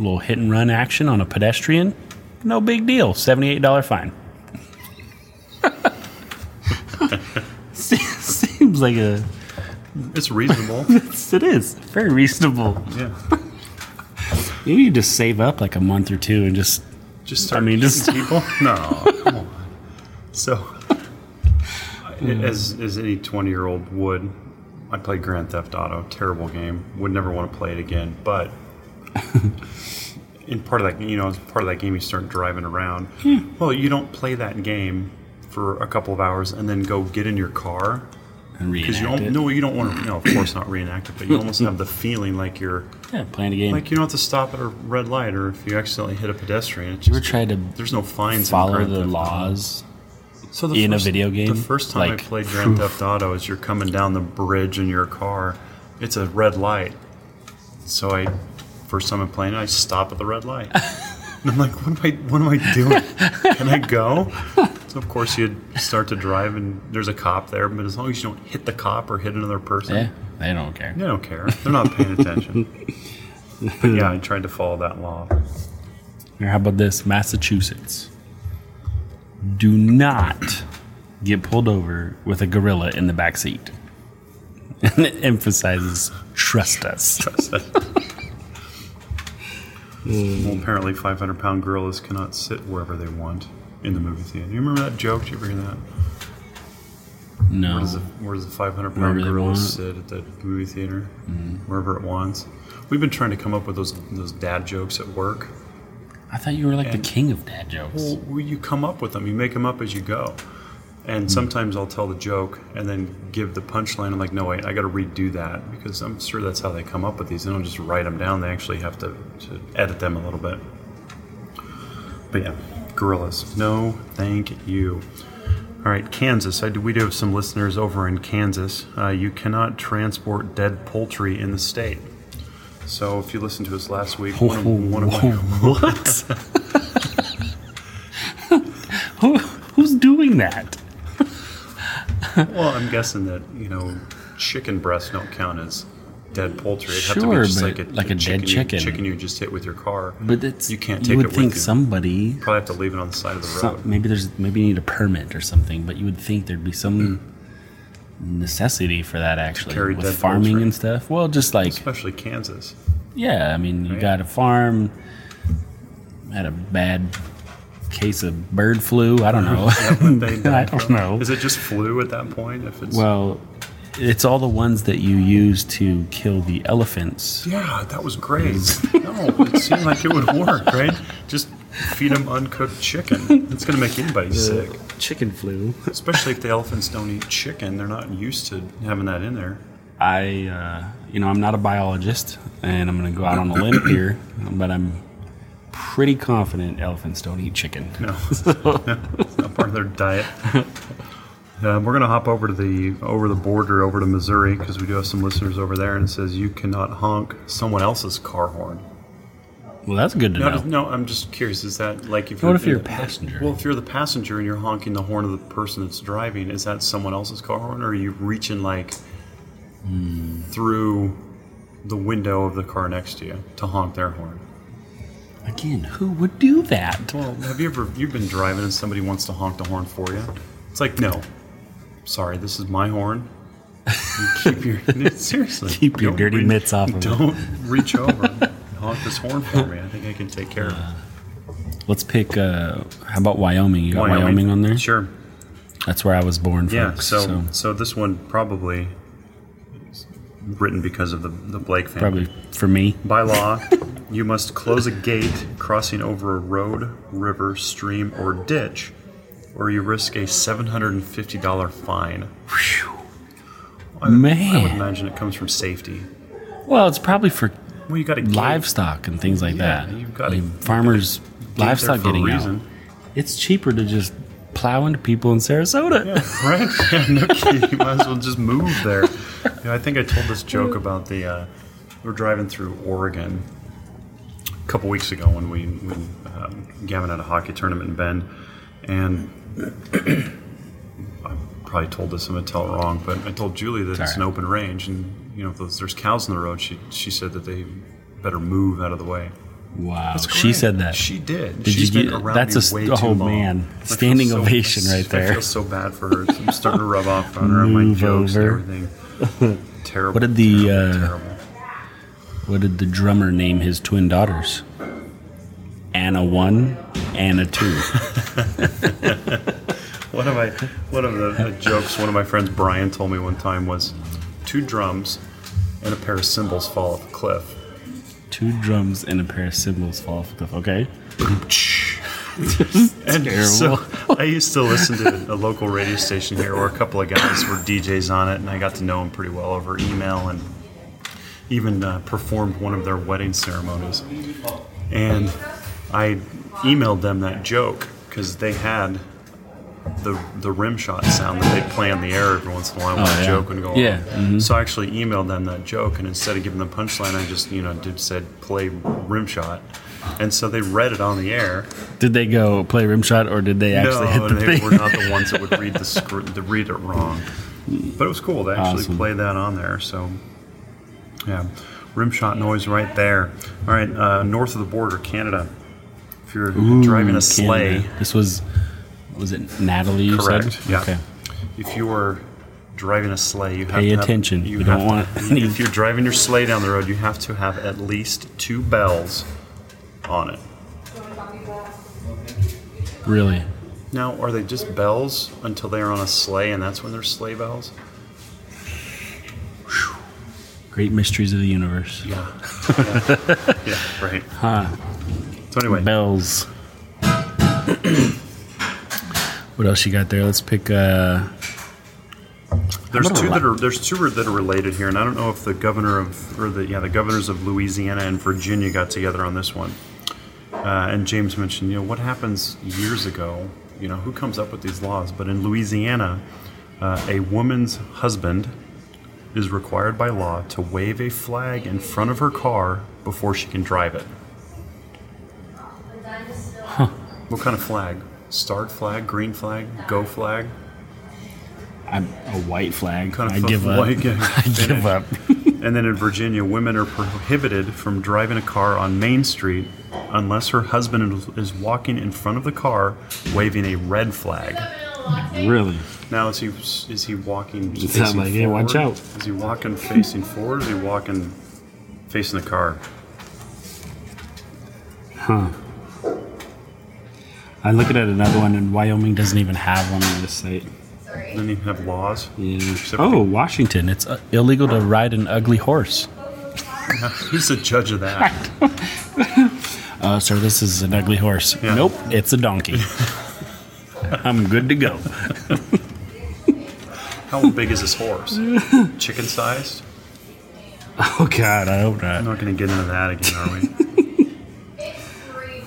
Speaker 1: little hit and run action on a pedestrian, no big deal. Seventy-eight dollar fine. Se- Seems like a
Speaker 2: It's reasonable.
Speaker 1: it is very reasonable.
Speaker 2: yeah.
Speaker 1: Maybe you just save up like a month or two and just
Speaker 2: Just start
Speaker 1: I mean, just-
Speaker 2: shooting people. No, come on. So,
Speaker 1: Hmm.
Speaker 2: as as any twenty year old would, I played Grand Theft Auto. Terrible game. Would never want to play it again. But in part of that, you know, as part of that game, you start driving around.
Speaker 1: Hmm.
Speaker 2: Well, you don't play that game for a couple of hours and then go get in your car
Speaker 1: and
Speaker 2: because you
Speaker 1: reenact
Speaker 2: don't.
Speaker 1: it.
Speaker 2: No, you don't want to. No, of course not reenact it. But you almost have the feeling like you're.
Speaker 1: Yeah, playing a game.
Speaker 2: Like you don't have to stop at a red light, or if you accidentally hit a pedestrian, it's
Speaker 1: you
Speaker 2: just
Speaker 1: ever tried to
Speaker 2: there's no fines. in
Speaker 1: follow
Speaker 2: Grand
Speaker 1: the
Speaker 2: Theft Auto.
Speaker 1: laws?
Speaker 2: So the
Speaker 1: in a video game?
Speaker 2: The first time
Speaker 1: Like,
Speaker 2: I played Grand Theft Auto is you're coming down the bridge in your car. It's a red light. So I, first time I'm playing it, I stop at the red light. and I'm like, what am I? What am I doing? Can I go? So of course you start to drive, and there's a cop there. But as long as you don't hit the cop or hit another person,
Speaker 1: Yeah, they don't care.
Speaker 2: they don't care. They're not paying attention. but yeah, I tried to follow that law.
Speaker 1: Or how about this? Massachusetts. Do not get pulled over with a gorilla in the back seat. And it emphasizes trust us.
Speaker 2: Well, apparently, 500 pound gorillas cannot sit wherever they want in the movie theater. You remember that joke? Did you ever hear that?
Speaker 1: No.
Speaker 2: Where does the, where does the 500
Speaker 1: Wherever
Speaker 2: pound
Speaker 1: they
Speaker 2: gorilla
Speaker 1: want. Mm-hmm.
Speaker 2: sit at the movie theater? Wherever it wants. We've been trying to come up with those those dad jokes at work.
Speaker 1: I thought you were like the king of dad jokes.
Speaker 2: Well, well, you come up with them, you make them up as you go. And sometimes I'll tell the joke and then give the punchline. I'm like, no, wait, I got to redo that because I'm sure that's how they come up with these. They don't just write them down, they actually have to, to edit them a little bit. But yeah, gorillas. No, thank you. All right, Kansas. I do, we do have some listeners over in Kansas. Uh, you cannot transport dead poultry in the state. So if you listened to us last week, one
Speaker 1: Oh,
Speaker 2: of, one of my,
Speaker 1: what? Who, who's doing that?
Speaker 2: Well, I'm guessing that you know, chicken breasts don't count as dead poultry. It'd have to
Speaker 1: Sure,
Speaker 2: be just
Speaker 1: but
Speaker 2: like a,
Speaker 1: like a dead
Speaker 2: chicken,
Speaker 1: chicken.
Speaker 2: You, chicken you just hit with your car.
Speaker 1: But it's
Speaker 2: you can't
Speaker 1: You
Speaker 2: take
Speaker 1: would
Speaker 2: it with
Speaker 1: think
Speaker 2: you.
Speaker 1: somebody
Speaker 2: Probably have to leave it on the side of the
Speaker 1: some-
Speaker 2: road.
Speaker 1: maybe there's maybe you need a permit or something, but you would think there'd be some necessity for that actually
Speaker 2: Mm. carry
Speaker 1: with
Speaker 2: dead
Speaker 1: farming
Speaker 2: poultry.
Speaker 1: and stuff. Well, just like
Speaker 2: Especially Kansas.
Speaker 1: yeah, I mean, you got a farm, had a bad case of bird flu. I don't know.
Speaker 2: They
Speaker 1: I
Speaker 2: die
Speaker 1: don't
Speaker 2: from-
Speaker 1: know.
Speaker 2: Is it just flu at that point? If it's
Speaker 1: Well, it's all the ones that you use to kill the elephants.
Speaker 2: yeah, that was great. no, it seemed like it would work, right? Just feed them uncooked chicken. It's going to make anybody sick,
Speaker 1: Chicken flu.
Speaker 2: especially if the elephants don't eat chicken. They're not used to having that in there.
Speaker 1: I, uh, you know, I'm not a biologist, and I'm going to go out on a limb here, but I'm pretty confident elephants don't eat chicken.
Speaker 2: No, it's not part of their diet. Um, we're going to hop over to the over the border, over to Missouri, because we do have some listeners over there, and it says you cannot honk someone else's car horn.
Speaker 1: Well, that's good to
Speaker 2: No,
Speaker 1: know.
Speaker 2: just- no, I'm just curious. Is that like if
Speaker 1: What if
Speaker 2: in
Speaker 1: you're a
Speaker 2: the-
Speaker 1: passenger?
Speaker 2: Well, if you're the passenger and you're honking the horn of the person that's driving, is that someone else's car horn, or are you reaching like through the window of the car next to you to honk their horn?
Speaker 1: Again, who would do that?
Speaker 2: Well, have you ever you've been driving and somebody wants to honk the horn for you? It's like no, sorry, this is my horn. You keep your seriously.
Speaker 1: Keep your
Speaker 2: don't
Speaker 1: dirty
Speaker 2: reach-
Speaker 1: mitts off of it.
Speaker 2: Don't reach over, and honk this horn for me. I think I can take care of it.
Speaker 1: Let's pick. Uh, how about Wyoming? You got Wyoming, on there.
Speaker 2: Sure.
Speaker 1: That's where I was born.
Speaker 2: Yeah.
Speaker 1: folks,
Speaker 2: so, so this one probably is written because of the the Blake family.
Speaker 1: probably for me.
Speaker 2: By law, you must close a gate crossing over a road, river, stream, or ditch, or you risk a $750 fine. I, I would
Speaker 1: Man.
Speaker 2: imagine it comes from safety.
Speaker 1: Well, it's probably for
Speaker 2: Well, you got a gate.
Speaker 1: livestock and things like
Speaker 2: Yeah,
Speaker 1: that.
Speaker 2: you've got
Speaker 1: I
Speaker 2: to
Speaker 1: mean, farmers,
Speaker 2: gate there
Speaker 1: livestock
Speaker 2: for a
Speaker 1: getting out.
Speaker 2: reason.
Speaker 1: It's cheaper to just plow into people in Sarasota.
Speaker 2: Yeah, right? Yeah, no kidding. You might as well just move there. You know, I think I told this joke about the. Uh, we're driving through Oregon a couple weeks ago when we when um, Gavin had a hockey tournament in Bend, and I probably told this. I'm gonna tell it wrong, but I told Julie that it's
Speaker 1: alright.
Speaker 2: an open range, and you know if those, there's cows in the road, she she said that they better move out of the way.
Speaker 1: Wow.
Speaker 2: That's
Speaker 1: She
Speaker 2: correct.
Speaker 1: said that.
Speaker 2: She did.
Speaker 1: Did
Speaker 2: She's
Speaker 1: you
Speaker 2: been
Speaker 1: get-
Speaker 2: around
Speaker 1: that's
Speaker 2: me
Speaker 1: a st-
Speaker 2: way too
Speaker 1: oh,
Speaker 2: long.
Speaker 1: man.
Speaker 2: I feel
Speaker 1: Standing ovation right
Speaker 2: I
Speaker 1: there.
Speaker 2: feel so bad for her. I'm starting to rub off on her on my
Speaker 1: Move
Speaker 2: jokes
Speaker 1: over.
Speaker 2: and everything. Terrible.
Speaker 1: What did the,
Speaker 2: terrible,
Speaker 1: uh,
Speaker 2: terrible.
Speaker 1: What did the drummer name his twin daughters? and a one and a two.
Speaker 2: One of my one of the, the jokes one of my friends Brian told me one time was two drums and a pair of cymbals fall off a cliff.
Speaker 1: two drums and a pair of cymbals fall off the cliff. Okay.
Speaker 2: and
Speaker 1: Terrible.
Speaker 2: so I used to listen to a local radio station here where a couple of guys were DJs on it, and I got to know them pretty well over email and even uh, performed one of their wedding ceremonies. And I emailed them that joke because they had the the rim shot sound that they play on the air every once in a while when
Speaker 1: Oh,
Speaker 2: a
Speaker 1: yeah.
Speaker 2: joke would go
Speaker 1: Yeah, mm-hmm.
Speaker 2: on. So I actually emailed them that joke, and instead of giving the punchline, I just you know did said play rim shot. And so they read it on the air,
Speaker 1: Did they go play rim shot or did they actually hit the
Speaker 2: they
Speaker 1: thing?
Speaker 2: were not the ones that would read the script, to read it wrong. But it was cool to actually
Speaker 1: Awesome.
Speaker 2: play that on there. So, yeah, rim shot noise right there. All right, uh, north of the border, Canada. If you're driving a sleigh,
Speaker 1: Canada. This was was it Natalie? You
Speaker 2: correct?
Speaker 1: Said?
Speaker 2: Yeah.
Speaker 1: Okay.
Speaker 2: If you are driving a sleigh, you have
Speaker 1: Pay
Speaker 2: to have-
Speaker 1: attention.
Speaker 2: you
Speaker 1: We don't
Speaker 2: have
Speaker 1: want
Speaker 2: to,
Speaker 1: any-
Speaker 2: if you're driving your sleigh down the road, you have to have at least two bells on it.
Speaker 1: Really?
Speaker 2: Now, are they just bells until they are on a sleigh, and that's when they're sleigh bells?
Speaker 1: Great mysteries of the universe.
Speaker 2: Yeah. yeah, right. So anyway,
Speaker 1: Bells. what else you got there? Let's pick. Uh,
Speaker 2: there's
Speaker 1: I'm gonna
Speaker 2: two that
Speaker 1: rela-
Speaker 2: are there's two that are related here, and I don't know if the governor of or the yeah the governors of Louisiana and Virginia got together on this one. Uh, and James mentioned, you know, what happens years ago. You know, who comes up with these laws? But in Louisiana, uh, a woman's husband is required by law to wave a flag in front of her car before she can drive it. What kind of flag? Start flag, green flag, go flag.
Speaker 1: I'm a white flag.
Speaker 2: Kind of
Speaker 1: I give up.
Speaker 2: white guy.
Speaker 1: I give up.
Speaker 2: And then in Virginia, women are prohibited from driving a car on Main Street unless her husband is walking in front of the car waving a red flag.
Speaker 1: really?
Speaker 2: Now, is he is he walking?
Speaker 1: It's
Speaker 2: facing
Speaker 1: not like, "Hey, watch
Speaker 2: forward?
Speaker 1: out."
Speaker 2: Is he walking facing forward? Is he walking facing the car?
Speaker 1: I'm looking at another one, and Wyoming doesn't even have one on this site.
Speaker 2: Doesn't even have laws. Except
Speaker 1: Oh, Washington. It's uh, illegal to ride an ugly horse. Oh.
Speaker 2: Who's the judge of that?
Speaker 1: Uh, sir, this is an ugly horse.
Speaker 2: Yeah.
Speaker 1: Nope, it's a donkey. I'm good to go.
Speaker 2: How big is this horse? Chicken sized?
Speaker 1: Oh, God, I hope not.
Speaker 2: I'm not going to get into that again, are we?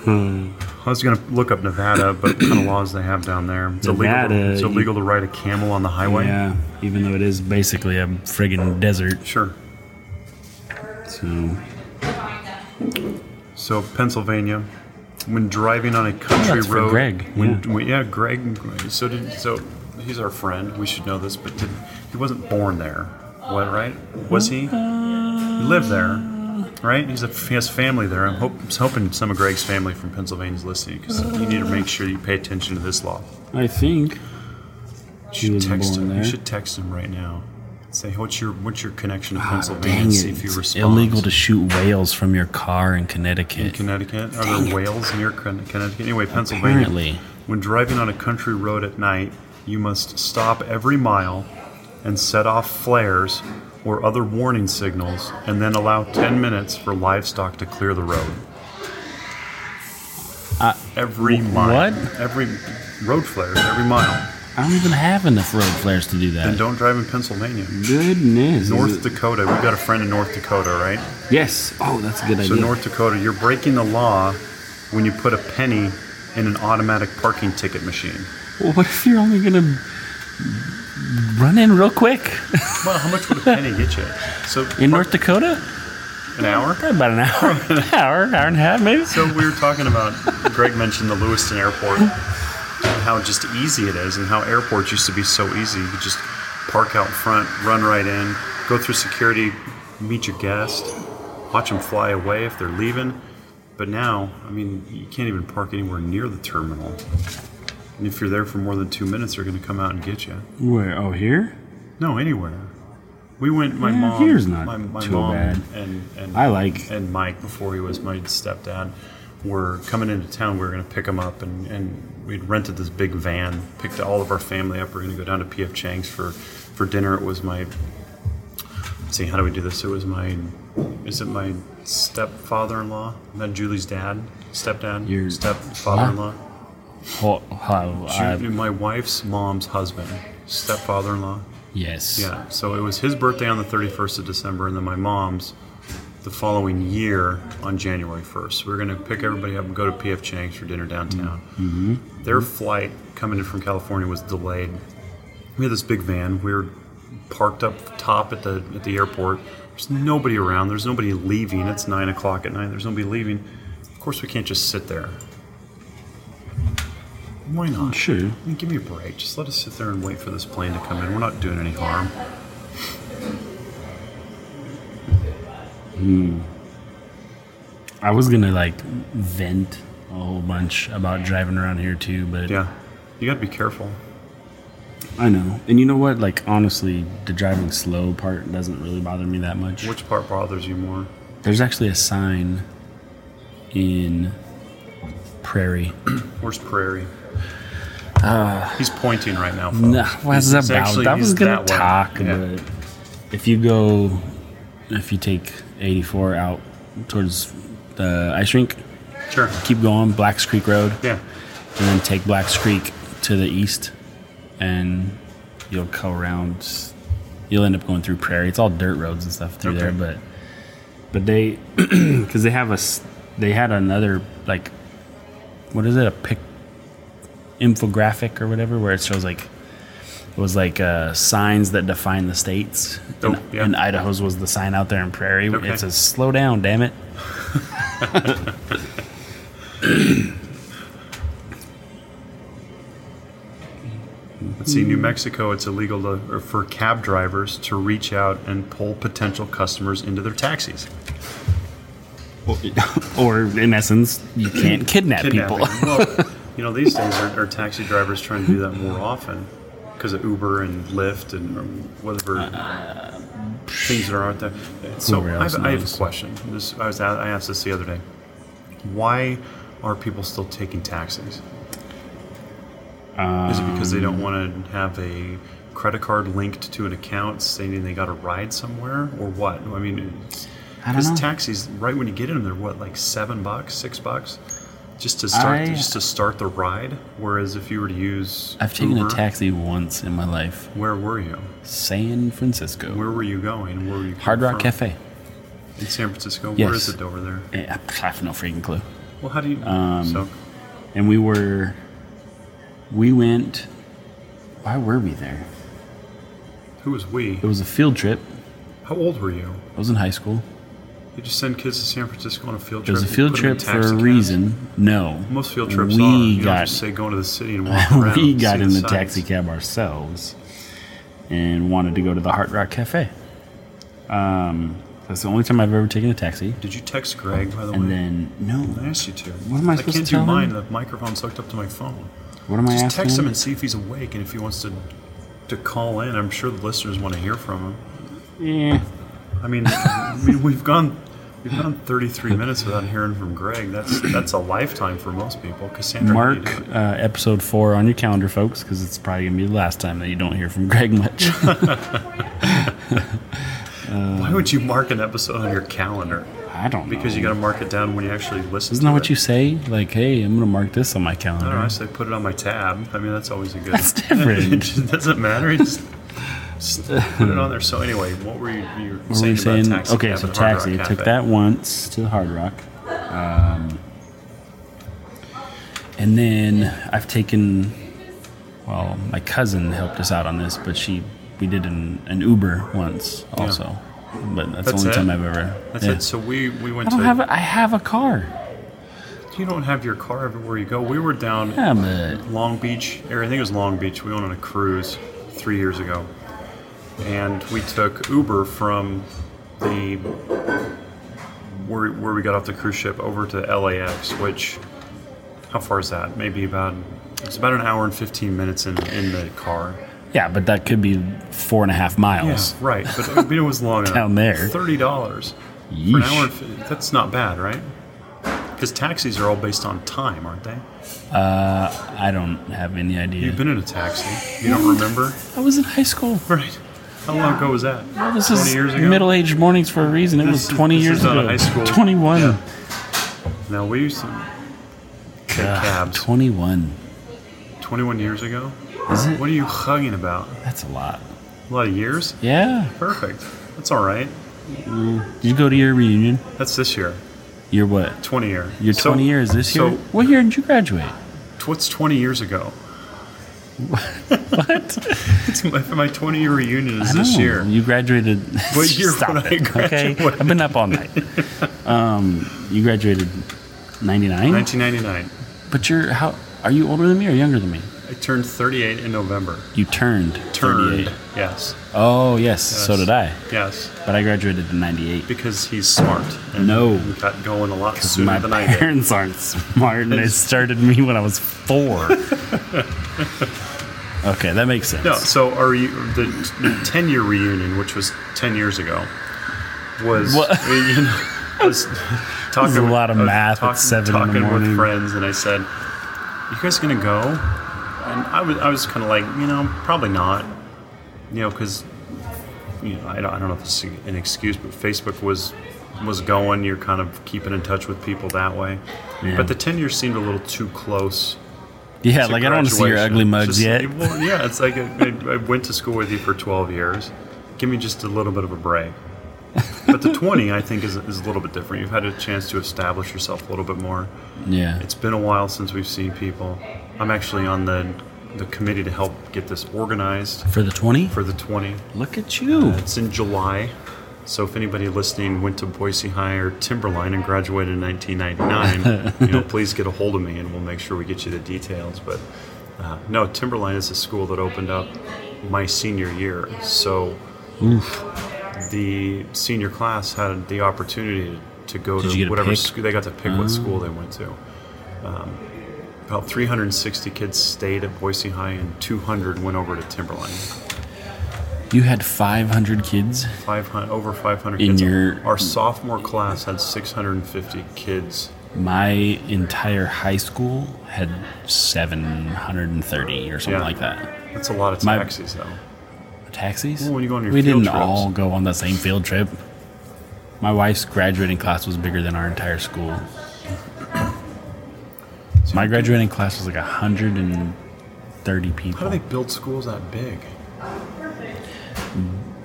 Speaker 1: Hmm.
Speaker 2: I was going to look up Nevada, but what kind of laws they have down there? It's illegal.
Speaker 1: Nevada,
Speaker 2: To, it's
Speaker 1: you-
Speaker 2: illegal to ride a camel on the highway.
Speaker 1: Yeah, even though it is basically a friggin' desert.
Speaker 2: Sure.
Speaker 1: So,
Speaker 2: So Pennsylvania, when driving on a country
Speaker 1: Oh, that's for
Speaker 2: road,
Speaker 1: Greg,
Speaker 2: When,
Speaker 1: yeah.
Speaker 2: when- yeah, Greg. So did so. He's our friend. We should know this, but did, he wasn't born there. What right? Was he? He lived there, right? He's a, he has family there. I'm, hope, I'm hoping some of Greg's family from Pennsylvania is listening because you need to make sure you pay attention to this law.
Speaker 1: I think she was
Speaker 2: Text
Speaker 1: born
Speaker 2: him.
Speaker 1: there.
Speaker 2: You should text him right now. Say what's your what's your connection to
Speaker 1: Ah,
Speaker 2: Pennsylvania?
Speaker 1: dang
Speaker 2: and see
Speaker 1: it,
Speaker 2: if you
Speaker 1: it's
Speaker 2: respond.
Speaker 1: illegal to shoot whales from your car in Connecticut.
Speaker 2: Connecticut. Are there whales near Con- Connecticut? Anyway, Pennsylvania.
Speaker 1: Apparently.
Speaker 2: When driving on a country road at night, you must stop every mile and set off flares or other warning signals, and then allow 10 minutes for livestock to clear the road. every mile.
Speaker 1: Uh, what?
Speaker 2: Every road flares, every mile.
Speaker 1: I don't even have enough road flares to do
Speaker 2: And
Speaker 1: that.
Speaker 2: don't drive in Pennsylvania.
Speaker 1: Goodness. is
Speaker 2: North
Speaker 1: it-
Speaker 2: Dakota, we got a friend in North Dakota, right?
Speaker 1: Yes. Oh, that's a good
Speaker 2: So
Speaker 1: idea.
Speaker 2: North Dakota, you're breaking the law when you put a penny in an automatic parking ticket machine.
Speaker 1: Well, what if you're only gonna run in real quick
Speaker 2: Well, how much would a penny get you? So
Speaker 1: in North Dakota?
Speaker 2: an hour.
Speaker 1: Probably about an hour, an hour, hour and a half, maybe.
Speaker 2: So we were talking about. Greg mentioned the Lewiston Airport and how just easy it is, and how airports used to be so easy. You could just park out front, run right in, go through security, meet your guest, watch them fly away if they're leaving. But now, I mean, you can't even park anywhere near the terminal. And if you're there for more than two minutes, they're going to come out and get you.
Speaker 1: Where? Oh, here.
Speaker 2: No, anywhere. We went. My
Speaker 1: Yeah,
Speaker 2: mom.
Speaker 1: here's not
Speaker 2: my, my
Speaker 1: too
Speaker 2: mom
Speaker 1: bad.
Speaker 2: And, and
Speaker 1: I like-
Speaker 2: and Mike before he was my stepdad. were coming into town. We were going to pick them up, and, and we'd rented this big van, picked all of our family up. We're going to go down to P.F. Chang's for, for dinner. It was my, let's see, how do we do this? It was my, is it my stepfather-in-law? Not Julie's dad, stepdad,
Speaker 1: Your-
Speaker 2: stepfather-in-law.
Speaker 1: Ho- ho-
Speaker 2: Ju-
Speaker 1: I-
Speaker 2: my wife's mom's husband, stepfather-in-law.
Speaker 1: yes.
Speaker 2: Yeah, so it was his birthday on the 31st of December, and then my mom's the following year on January 1st. We were going to pick everybody up and go to PF Chang's for dinner downtown. Their flight coming in from California was delayed. We had this big van. We were parked up top at the at the airport. There's nobody around. There's nobody leaving. It's nine o'clock at night. There's nobody leaving. Of course, we can't just sit there. Why not?
Speaker 1: Sure.
Speaker 2: I mean, Give me a break. Just let us sit there and wait for this plane to come in. We're not doing any harm.
Speaker 1: I was gonna like vent a whole bunch about driving around here too, but
Speaker 2: Yeah. You gotta be careful.
Speaker 1: I know. And you know what? Like honestly, the driving slow part doesn't really bother me that much.
Speaker 2: Which part bothers you more?
Speaker 1: There's actually a sign in Prairie.
Speaker 2: Where's Prairie? he's pointing right now. Folks.
Speaker 1: Nah, what's
Speaker 2: It's
Speaker 1: that about?
Speaker 2: actually-
Speaker 1: That was
Speaker 2: he's
Speaker 1: gonna
Speaker 2: that way.
Speaker 1: talk,
Speaker 2: Yeah.
Speaker 1: but if you go, if you take 84 out towards the ice rink,
Speaker 2: Sure.
Speaker 1: keep going Blacks Creek Road,
Speaker 2: Yeah.
Speaker 1: and then take Blacks Creek to the east, and you'll go around. You'll end up going through Prairie. It's all dirt roads and stuff through there,
Speaker 2: Okay.
Speaker 1: but but they because they have a s- they had another like what is it a pic infographic or whatever where it shows like it was like uh, signs that define the states.
Speaker 2: Oh,
Speaker 1: and,
Speaker 2: yeah.
Speaker 1: and Idaho's was the sign out there in Prairie.
Speaker 2: Okay.
Speaker 1: It says slow down, damn it.
Speaker 2: Let's see. New Mexico, it's illegal to, or for cab drivers to reach out and pull potential customers into their taxis.
Speaker 1: or in essence, you can't kidnap people.
Speaker 2: Kidnapping. well, you know, these days are, are taxi drivers trying to do that more often because of Uber and Lyft and or whatever things that are out there. So
Speaker 1: Whoever
Speaker 2: I
Speaker 1: else
Speaker 2: have, I have
Speaker 1: knows.
Speaker 2: a question. This, I was a- I asked this the other day. Why are people still taking taxis? Is it because they
Speaker 1: Um,
Speaker 2: don't want to have a credit card linked to an account stating they got a ride somewhere, or what? I mean, it's,
Speaker 1: I don't
Speaker 2: because
Speaker 1: know.
Speaker 2: taxis, right when you get in them, they're what, like seven bucks, six bucks, just to start,
Speaker 1: I-
Speaker 2: just to start the ride. Whereas if you were to use,
Speaker 1: I've taken
Speaker 2: Uber,
Speaker 1: a taxi once in my life,
Speaker 2: Where were you?
Speaker 1: San Francisco,
Speaker 2: Where were you going? Where were you?
Speaker 1: Hard
Speaker 2: coming
Speaker 1: Rock
Speaker 2: from?
Speaker 1: Cafe.
Speaker 2: in San Francisco. Where
Speaker 1: Yes.
Speaker 2: is it over there?
Speaker 1: Eh, I have no freaking clue.
Speaker 2: Well, how do you?
Speaker 1: Um,
Speaker 2: so
Speaker 1: And we were, we went. Why were we there?
Speaker 2: who was we?
Speaker 1: It was a field trip.
Speaker 2: How old were you?
Speaker 1: I was in high school.
Speaker 2: Did you send kids to San Francisco on a field
Speaker 1: It
Speaker 2: trip?
Speaker 1: was a
Speaker 2: You
Speaker 1: field
Speaker 2: put them in
Speaker 1: trip for a
Speaker 2: taxi cabs?
Speaker 1: reason. No,
Speaker 2: Most field trips
Speaker 1: we
Speaker 2: are. You don't
Speaker 1: got
Speaker 2: just say going to the city and walk around.
Speaker 1: we
Speaker 2: and
Speaker 1: got
Speaker 2: see
Speaker 1: in the
Speaker 2: sights.
Speaker 1: taxi cab ourselves and wanted to go to the Heart Rock Cafe. Um, that's the only time I've ever taken a taxi.
Speaker 2: Did you text Greg by the
Speaker 1: And
Speaker 2: way?
Speaker 1: then
Speaker 2: I
Speaker 1: no,
Speaker 2: asked you to.
Speaker 1: What am I supposed
Speaker 2: can't
Speaker 1: to
Speaker 2: do
Speaker 1: tell him?
Speaker 2: mine. The microphone's hooked up to my phone.
Speaker 1: what am I
Speaker 2: Just
Speaker 1: asking?
Speaker 2: text him
Speaker 1: him?
Speaker 2: and see if he's awake and if he wants to to call in. I'm sure the listeners want to hear from him.
Speaker 1: Yeah.
Speaker 2: I mean, I mean we've gone we've gone 33 minutes without hearing from Greg. That's that's a lifetime for most people. Cassandra, how do you
Speaker 1: Mark
Speaker 2: do it?
Speaker 1: uh, episode four on your calendar, folks, because it's probably gonna be the last time that you don't hear from Greg much.
Speaker 2: why would you mark an episode on your calendar?
Speaker 1: I don't know.
Speaker 2: Because you got to mark it down when you actually listen.
Speaker 1: Isn't that
Speaker 2: to
Speaker 1: what
Speaker 2: it.
Speaker 1: you say? Like, hey, I'm gonna mark this on my
Speaker 2: I don't know. I
Speaker 1: calendar.
Speaker 2: say put it on my tab. I mean, that's always a good.
Speaker 1: That's different.
Speaker 2: it just doesn't matter. You just, just put it on there. So anyway, what were you, you were
Speaker 1: What were
Speaker 2: saying,
Speaker 1: you saying?
Speaker 2: about taxi?
Speaker 1: okay,
Speaker 2: cab
Speaker 1: so
Speaker 2: and Hard Rock
Speaker 1: taxi. I took
Speaker 2: Cafe?
Speaker 1: that once to the Hard Rock, um, and then I've taken. Well, my cousin helped us out on this, but she we did an, an Uber once also, but that's,
Speaker 2: That's
Speaker 1: the only
Speaker 2: it?
Speaker 1: time I've ever.
Speaker 2: That's
Speaker 1: yeah.
Speaker 2: it. So we we went
Speaker 1: I don't
Speaker 2: to.
Speaker 1: have. A, I have a car.
Speaker 2: you don't have your car everywhere you go. We were down
Speaker 1: Yeah, but
Speaker 2: Long Beach, or I think it was Long Beach. We went on a cruise three years ago, and we took Uber from the where, where we got off the cruise ship over to LAX. Which, how far is that? Maybe about it's about an hour and fifteen minutes in in the car.
Speaker 1: yeah, but that could be four and a half miles.
Speaker 2: right. But I mean, it was long enough.
Speaker 1: Down there.
Speaker 2: thirty dollars for an
Speaker 1: Yeesh.
Speaker 2: hour. and fi- That's not bad, right? Because taxis are all based on time, aren't they?
Speaker 1: Uh, I don't have any idea.
Speaker 2: You've been in a taxi. You don't remember?
Speaker 1: I was in high school.
Speaker 2: Right. How long ago was that?
Speaker 1: Well, this
Speaker 2: 20
Speaker 1: is
Speaker 2: years ago?
Speaker 1: middle-aged mornings for a reason. It
Speaker 2: This
Speaker 1: was
Speaker 2: is-
Speaker 1: 20
Speaker 2: this
Speaker 1: years
Speaker 2: is out
Speaker 1: ago.
Speaker 2: of high school.
Speaker 1: 21.
Speaker 2: Yeah. Now, we used to take
Speaker 1: Ugh,
Speaker 2: cabs
Speaker 1: 21.
Speaker 2: 21 years ago.
Speaker 1: Is it?
Speaker 2: What are you hugging about?
Speaker 1: That's a lot.
Speaker 2: A lot of years?
Speaker 1: Yeah.
Speaker 2: Perfect. That's all right.
Speaker 1: Did you go to your reunion?
Speaker 2: That's this year.
Speaker 1: Your what?
Speaker 2: 20 year.
Speaker 1: Your
Speaker 2: So-
Speaker 1: 20 years this year?
Speaker 2: So,
Speaker 1: what year did you graduate?
Speaker 2: t- what's 20 years ago?
Speaker 1: What?
Speaker 2: It's my, my 20 year reunion
Speaker 1: I
Speaker 2: is this
Speaker 1: know.
Speaker 2: year.
Speaker 1: You graduated.
Speaker 2: What year
Speaker 1: Stop
Speaker 2: would I
Speaker 1: it,
Speaker 2: graduate?
Speaker 1: Okay. I've been up all night. Um, you graduated 99?
Speaker 2: 1999.
Speaker 1: But you're, how, are you older than me or younger than me?
Speaker 2: I turned 38 in November.
Speaker 1: You turned.
Speaker 2: Turned.
Speaker 1: 38.
Speaker 2: Yes.
Speaker 1: Oh, yes, So
Speaker 2: Yes.
Speaker 1: did I.
Speaker 2: Yes.
Speaker 1: But I graduated in 98.
Speaker 2: Because he's smart. And
Speaker 1: No.
Speaker 2: he Got going a lot
Speaker 1: My
Speaker 2: sooner than I did.
Speaker 1: parents aren't smart and they started me when I was four. okay, that makes sense.
Speaker 2: No. So are you the, the 10 year reunion, which was 10 years ago, was
Speaker 1: What?
Speaker 2: I mean, you know, was talking
Speaker 1: a
Speaker 2: with-
Speaker 1: lot of
Speaker 2: I was
Speaker 1: math at
Speaker 2: talking-
Speaker 1: seven in the
Speaker 2: talking
Speaker 1: morning.
Speaker 2: with friends, and I said, "You guys gonna go?" And I was I was kind of like, you know, probably not, you know, because you know I don't, I don't know if it's an excuse, but Facebook was was going. You're kind of keeping in touch with people that way.
Speaker 1: Yeah.
Speaker 2: But the ten years seemed a little too close
Speaker 1: Yeah,
Speaker 2: to
Speaker 1: like I don't want to see your
Speaker 2: graduation.
Speaker 1: ugly mugs
Speaker 2: Just-
Speaker 1: yet.
Speaker 2: well, yeah, it's like I, I went to school with you for 12 years. Give me just a little bit of a break. But the 20, I think, is, is a little bit different. You've had a chance to establish yourself a little bit more.
Speaker 1: Yeah.
Speaker 2: It's been a while since we've seen people. I'm actually on the the committee to help get this organized
Speaker 1: For the 20?
Speaker 2: for the 20.
Speaker 1: Look at you.
Speaker 2: It's in July. So if anybody listening went to Boise High or Timberline and graduated in 1999, you know, please get a hold of me and we'll make sure we get you the details. But uh, no, Timberline is a school that opened up my senior year. So the senior class had the opportunity to go
Speaker 1: you get
Speaker 2: to
Speaker 1: to
Speaker 2: whatever
Speaker 1: pick? Oh.
Speaker 2: school they got to pick what school they went to. Um, about 360 kids stayed at Boise High and 200 went over to Timberline.
Speaker 1: You had 500 kids.
Speaker 2: 500 over 500
Speaker 1: In
Speaker 2: kids.
Speaker 1: your-
Speaker 2: our sophomore class had 650 kids
Speaker 1: My entire high school had 730 or something
Speaker 2: Yeah.
Speaker 1: like that.
Speaker 2: that's a lot of
Speaker 1: My-
Speaker 2: taxis though
Speaker 1: Taxis?
Speaker 2: Well, when you go on your
Speaker 1: we
Speaker 2: field
Speaker 1: didn't
Speaker 2: trips.
Speaker 1: all go on the same field trip. My wife's graduating class was bigger than our entire school.
Speaker 2: So
Speaker 1: My
Speaker 2: you-
Speaker 1: graduating class was like 130 people.
Speaker 2: how do they build schools that big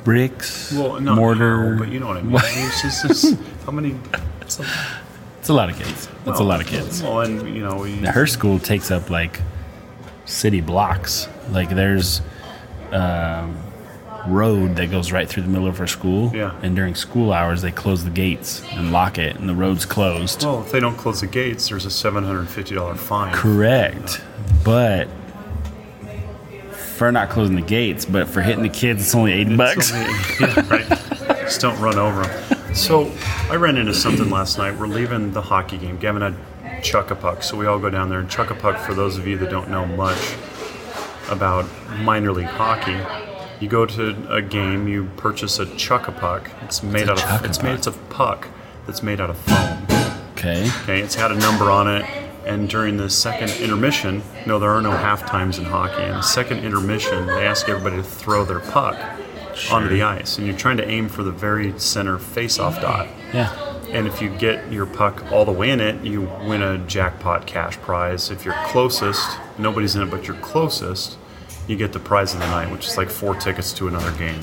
Speaker 1: bricks,
Speaker 2: well not
Speaker 1: mortar.
Speaker 2: how, but you know what i mean it's just, it's just- how many it's a,
Speaker 1: it's a lot of kids. That's a lot of kids.
Speaker 2: well and you know we,
Speaker 1: Her school takes up like city blocks. Like there's a road that goes right through the middle of her school.
Speaker 2: Yeah.
Speaker 1: And during school hours, they close the gates and lock it, and the road's closed.
Speaker 2: well if they don't close the gates there's a $750 fine
Speaker 1: Correct. But for not closing the gates, but for hitting the kids, it's only 80 bucks.
Speaker 2: It's only- yeah, right. Just don't run over them. So I ran into something last night. We're leaving the hockey game. Gavin had Chuck a Puck, so we all go down there. And Chuck a Puck, for those of you that don't know much about minor league hockey, you go to a game, you purchase a Chuck a Puck. It's made
Speaker 1: a
Speaker 2: out of it's
Speaker 1: Chuck-a-Puck?
Speaker 2: made it's a puck that's made out of foam.
Speaker 1: okay.
Speaker 2: Okay, it's had a number on it. And during the second intermission, no, there are no half times in hockey. In the second intermission, they ask everybody to throw their puck onto the ice, and you're trying to aim for the very center face-off dot.
Speaker 1: Yeah.
Speaker 2: And if you get your puck all the way in it, you win a jackpot cash prize. If you're closest, nobody's in it but you're closest, you get the prize of the night, which is like four tickets to another game.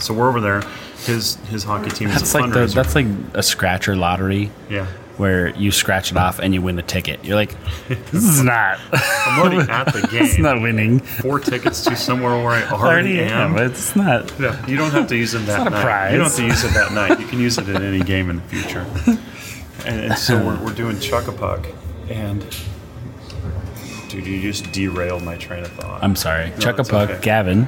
Speaker 2: So we're over there. His his hockey team is
Speaker 1: That's
Speaker 2: a
Speaker 1: like the,
Speaker 2: fundraiser.
Speaker 1: that's like a scratcher lottery.
Speaker 2: yeah.
Speaker 1: where you scratch it off and you win the ticket. You're like, this is not.
Speaker 2: I'm already at the game.
Speaker 1: it's not winning.
Speaker 2: four tickets to somewhere where I
Speaker 1: I
Speaker 2: already,
Speaker 1: already am. It's not.
Speaker 2: Yeah, you don't have to use it that
Speaker 1: not a
Speaker 2: night.
Speaker 1: prize.
Speaker 2: You don't have to use it that night. You can use it in any game in the future. And, and so we're, we're doing chuck a puck, and dude, you just derailed my train of thought.
Speaker 1: I'm sorry. Chuck a
Speaker 2: it's
Speaker 1: puck,
Speaker 2: okay.
Speaker 1: Gavin.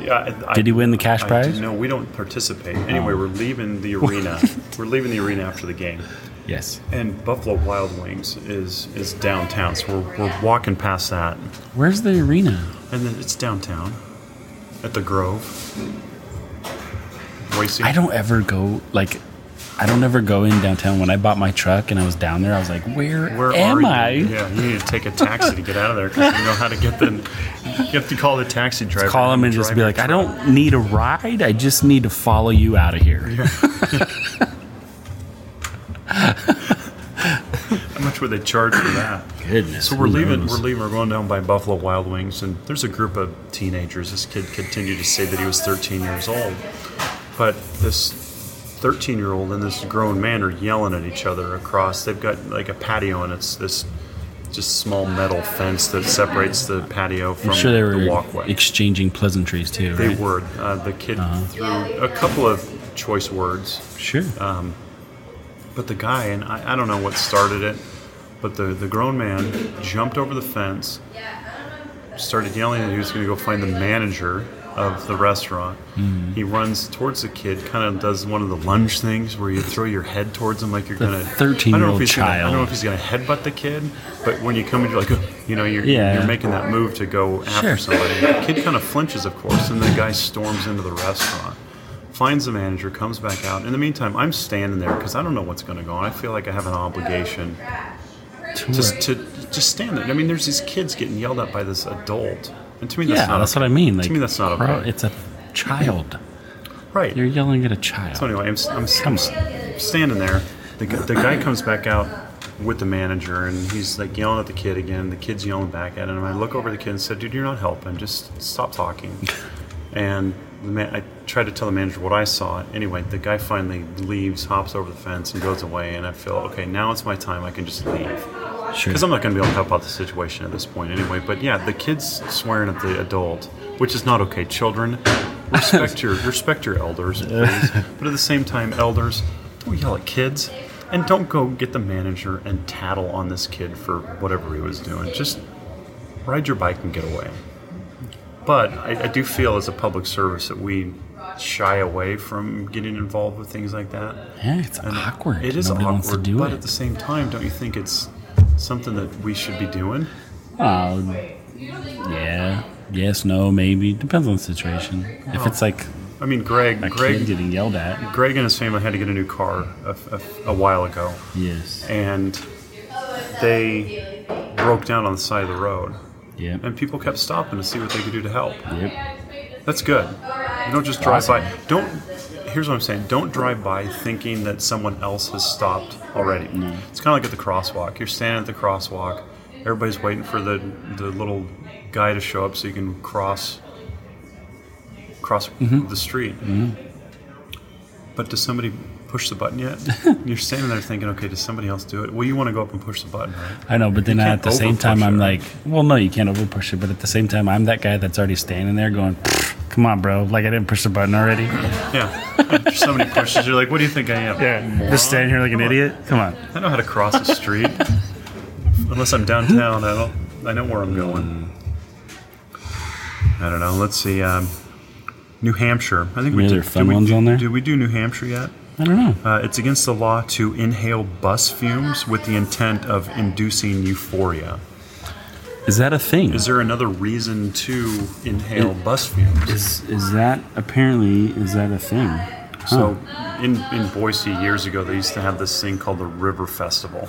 Speaker 2: Yeah, I- I-
Speaker 1: Did he win the cash
Speaker 2: I-
Speaker 1: prize?
Speaker 2: No, we don't participate. Anyway, we're leaving the arena. we're leaving the arena after the game.
Speaker 1: Yes.
Speaker 2: And Buffalo Wild Wings is is downtown, so we're, we're walking past that,
Speaker 1: Where's the arena?
Speaker 2: and then it's downtown, at the Grove. Boise.
Speaker 1: I don't ever go like I don't ever go in downtown. When I bought my truck and I was down there, I was like, "Where,
Speaker 2: Where are
Speaker 1: am
Speaker 2: you?
Speaker 1: I?"
Speaker 2: Yeah, you need to take a taxi to get out of there because you know how to get the. You have to call the taxi driver.
Speaker 1: Call him and just be like,
Speaker 2: drive your
Speaker 1: "I don't need a ride. I just need to follow you out of here."
Speaker 2: truck. How much would they charge for that?
Speaker 1: Goodness.
Speaker 2: So we're
Speaker 1: who
Speaker 2: leaving.
Speaker 1: knows?
Speaker 2: We're leaving. We're going down by Buffalo Wild Wings, and there's a group of teenagers. This kid continued to say that he was 13 years old, but this 13 year old and this grown man are yelling at each other across. They've got like a patio, and it's this just small metal fence that separates the patio from
Speaker 1: I'm sure they
Speaker 2: the
Speaker 1: were
Speaker 2: walkway.
Speaker 1: exchanging pleasantries too,
Speaker 2: They
Speaker 1: right?
Speaker 2: were. Uh, the kid
Speaker 1: Uh-huh.
Speaker 2: threw a couple of choice words
Speaker 1: Sure.
Speaker 2: but the guy, and I, I don't know what started it, but the, the grown man jumped over the fence, started yelling that he was going to go find the manager of the restaurant.
Speaker 1: Mm-hmm.
Speaker 2: He runs towards the kid, kind of does one of the lunge things where you throw your head towards him like you're
Speaker 1: The
Speaker 2: going to.
Speaker 1: 13-year-old
Speaker 2: I don't know
Speaker 1: child.
Speaker 2: if he's going to headbutt the kid, but when you come in, you're like, "Ugh," you know, you're,
Speaker 1: Yeah.
Speaker 2: you're making that move to go
Speaker 1: Sure.
Speaker 2: after somebody. The kid kind of flinches, of course, and the guy storms into the restaurant finds the manager, comes back out. In the meantime, I'm standing there because I don't know what's going to go on. I feel like I have an obligation just to just stand there. I mean, there's these kids getting yelled at by this adult, and to me, that's
Speaker 1: yeah,
Speaker 2: not
Speaker 1: that's what I mean. Like,
Speaker 2: to me, that's not
Speaker 1: bro,
Speaker 2: okay.
Speaker 1: It's a child.
Speaker 2: right.
Speaker 1: You're yelling at a child.
Speaker 2: So anyway, I'm, I'm,
Speaker 1: Come
Speaker 2: I'm
Speaker 1: on.
Speaker 2: standing there. The, gu- the guy comes back out with the manager, and he's like yelling at the kid again. The kid's yelling back at him. And I look over at the kid and said, "Dude, you're not helping. Just stop talking." and the man, I tried to tell the manager what I saw. Anyway, the guy finally leaves, hops over the fence, and goes away. And I feel okay. Now it's my time. I can just leave
Speaker 1: Sure.
Speaker 2: because I'm not going to be able to help out the situation at this point anyway. But yeah, the kids swearing at the adult, which is not okay. Children, respect your respect your elders, please. but at the same time, elders, don't yell at kids, and don't go get the manager and tattle on this kid for whatever he was doing. Just ride your bike and get away. But I, I do feel as a public service that we shy away from getting involved with things like that.
Speaker 1: yeah, it's
Speaker 2: And
Speaker 1: awkward.
Speaker 2: It is
Speaker 1: Nobody
Speaker 2: awkward,
Speaker 1: wants to do
Speaker 2: but
Speaker 1: it.
Speaker 2: at the same time, don't you think it's something that we should be doing?
Speaker 1: Oh, yeah. Yes, no, maybe. Depends on the situation. If it's like
Speaker 2: I mean, Greg,
Speaker 1: a kid
Speaker 2: Oh. Greg,
Speaker 1: getting yelled at.
Speaker 2: Greg and his family had to get a new car a, a- a while ago,
Speaker 1: Yes.
Speaker 2: and they broke down on the side of the road,
Speaker 1: Yep.
Speaker 2: and people kept stopping to see what they could do to help.
Speaker 1: Yep.
Speaker 2: That's good. You don't just drive by. Don't. Here's what I'm saying. Don't drive by thinking that someone else has stopped already. It's kind of like at the crosswalk. You're standing at the crosswalk. Everybody's waiting for the the little guy to show up so you can cross cross the street. But does somebody push the button yet? You're standing there thinking, okay, does somebody else do it? Well, you want to go up and push the button, right?
Speaker 1: I know, but then
Speaker 2: can't
Speaker 1: at the same time,
Speaker 2: overpush
Speaker 1: I'm
Speaker 2: it.
Speaker 1: like, well, no, you can't overpush it. But at the same time, I'm that guy that's already standing there going, come on, bro. Like, I didn't push the button already.
Speaker 2: Yeah. After somebody pushes, you're like, what do you think I am?
Speaker 1: Yeah. Just standing here like an idiot. Come on.
Speaker 2: I know how to cross a street. Unless I'm downtown, I don't. I know where I'm going. I don't know. Let's see. Um, New Hampshire. I think we
Speaker 1: Any other
Speaker 2: did.
Speaker 1: fun
Speaker 2: did we
Speaker 1: ones
Speaker 2: do,
Speaker 1: on there?
Speaker 2: Did we do New Hampshire yet?
Speaker 1: I don't know.
Speaker 2: Uh, it's against the law to inhale bus fumes with the intent of inducing euphoria.
Speaker 1: Is that a thing?
Speaker 2: Is there another reason to inhale bus fumes?
Speaker 1: Is is that apparently is that a thing?
Speaker 2: So, in, in Boise years ago, they used to have this thing called the River Festival.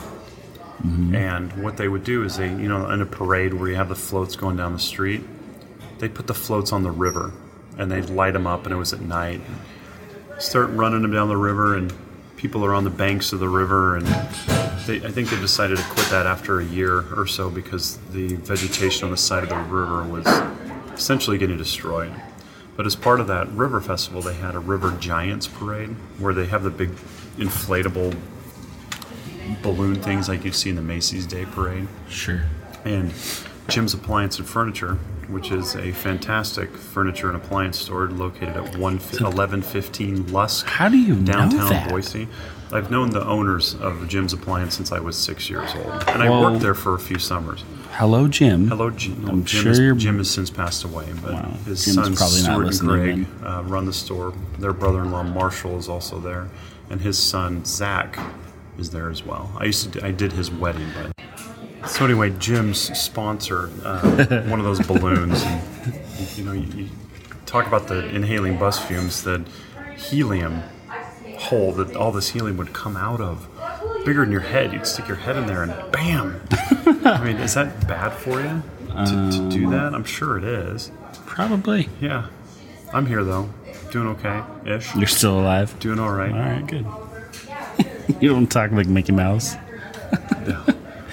Speaker 2: And what they would do is they, you know, in a parade where you have the floats going down the street, they put the floats on the river and they'd light them up, and it was at night. Start running them down the river, and people are on the banks of the river. And they, I think they decided to quit that after a year or so because the vegetation on the side of the river was essentially getting destroyed. But as part of that river festival, they had a river giants parade where they have the big inflatable balloon things like you see in the Macy's Day Parade.
Speaker 1: Sure.
Speaker 2: And Jim's Appliance and Furniture, which is a fantastic furniture and appliance store located at 1 fi- 1115 Lusk,
Speaker 1: How do you know
Speaker 2: downtown
Speaker 1: that?
Speaker 2: Boise. I've known the owners of Jim's Appliance since I was six years old, and I
Speaker 1: Whoa.
Speaker 2: worked there for a few summers.
Speaker 1: Hello, Jim.
Speaker 2: Hello, Jim.
Speaker 1: I'm
Speaker 2: Jim,
Speaker 1: sure
Speaker 2: is-
Speaker 1: you're-
Speaker 2: Jim has since passed away, but
Speaker 1: Wow.
Speaker 2: his
Speaker 1: Jim's
Speaker 2: sons
Speaker 1: probably not
Speaker 2: Stuart and
Speaker 1: listening
Speaker 2: Greg uh, run the store. Their brother-in-law Marshall is also there, and his son Zach is there as well. I used to d- I did his wedding, but so anyway, Jim's sponsored uh, one of those balloons. And, you know, you, you talk about the inhaling bus fumes. That helium hole that all this helium would come out of. Bigger than your head. You'd stick your head in there and bam. I mean, is that bad for you to, to
Speaker 1: Um,
Speaker 2: do that? I'm sure it is.
Speaker 1: Probably.
Speaker 2: Yeah. I'm here though. Doing okay ish.
Speaker 1: You're still alive.
Speaker 2: Doing all right.
Speaker 1: All right, good. you don't talk like Mickey Mouse.
Speaker 2: Yeah.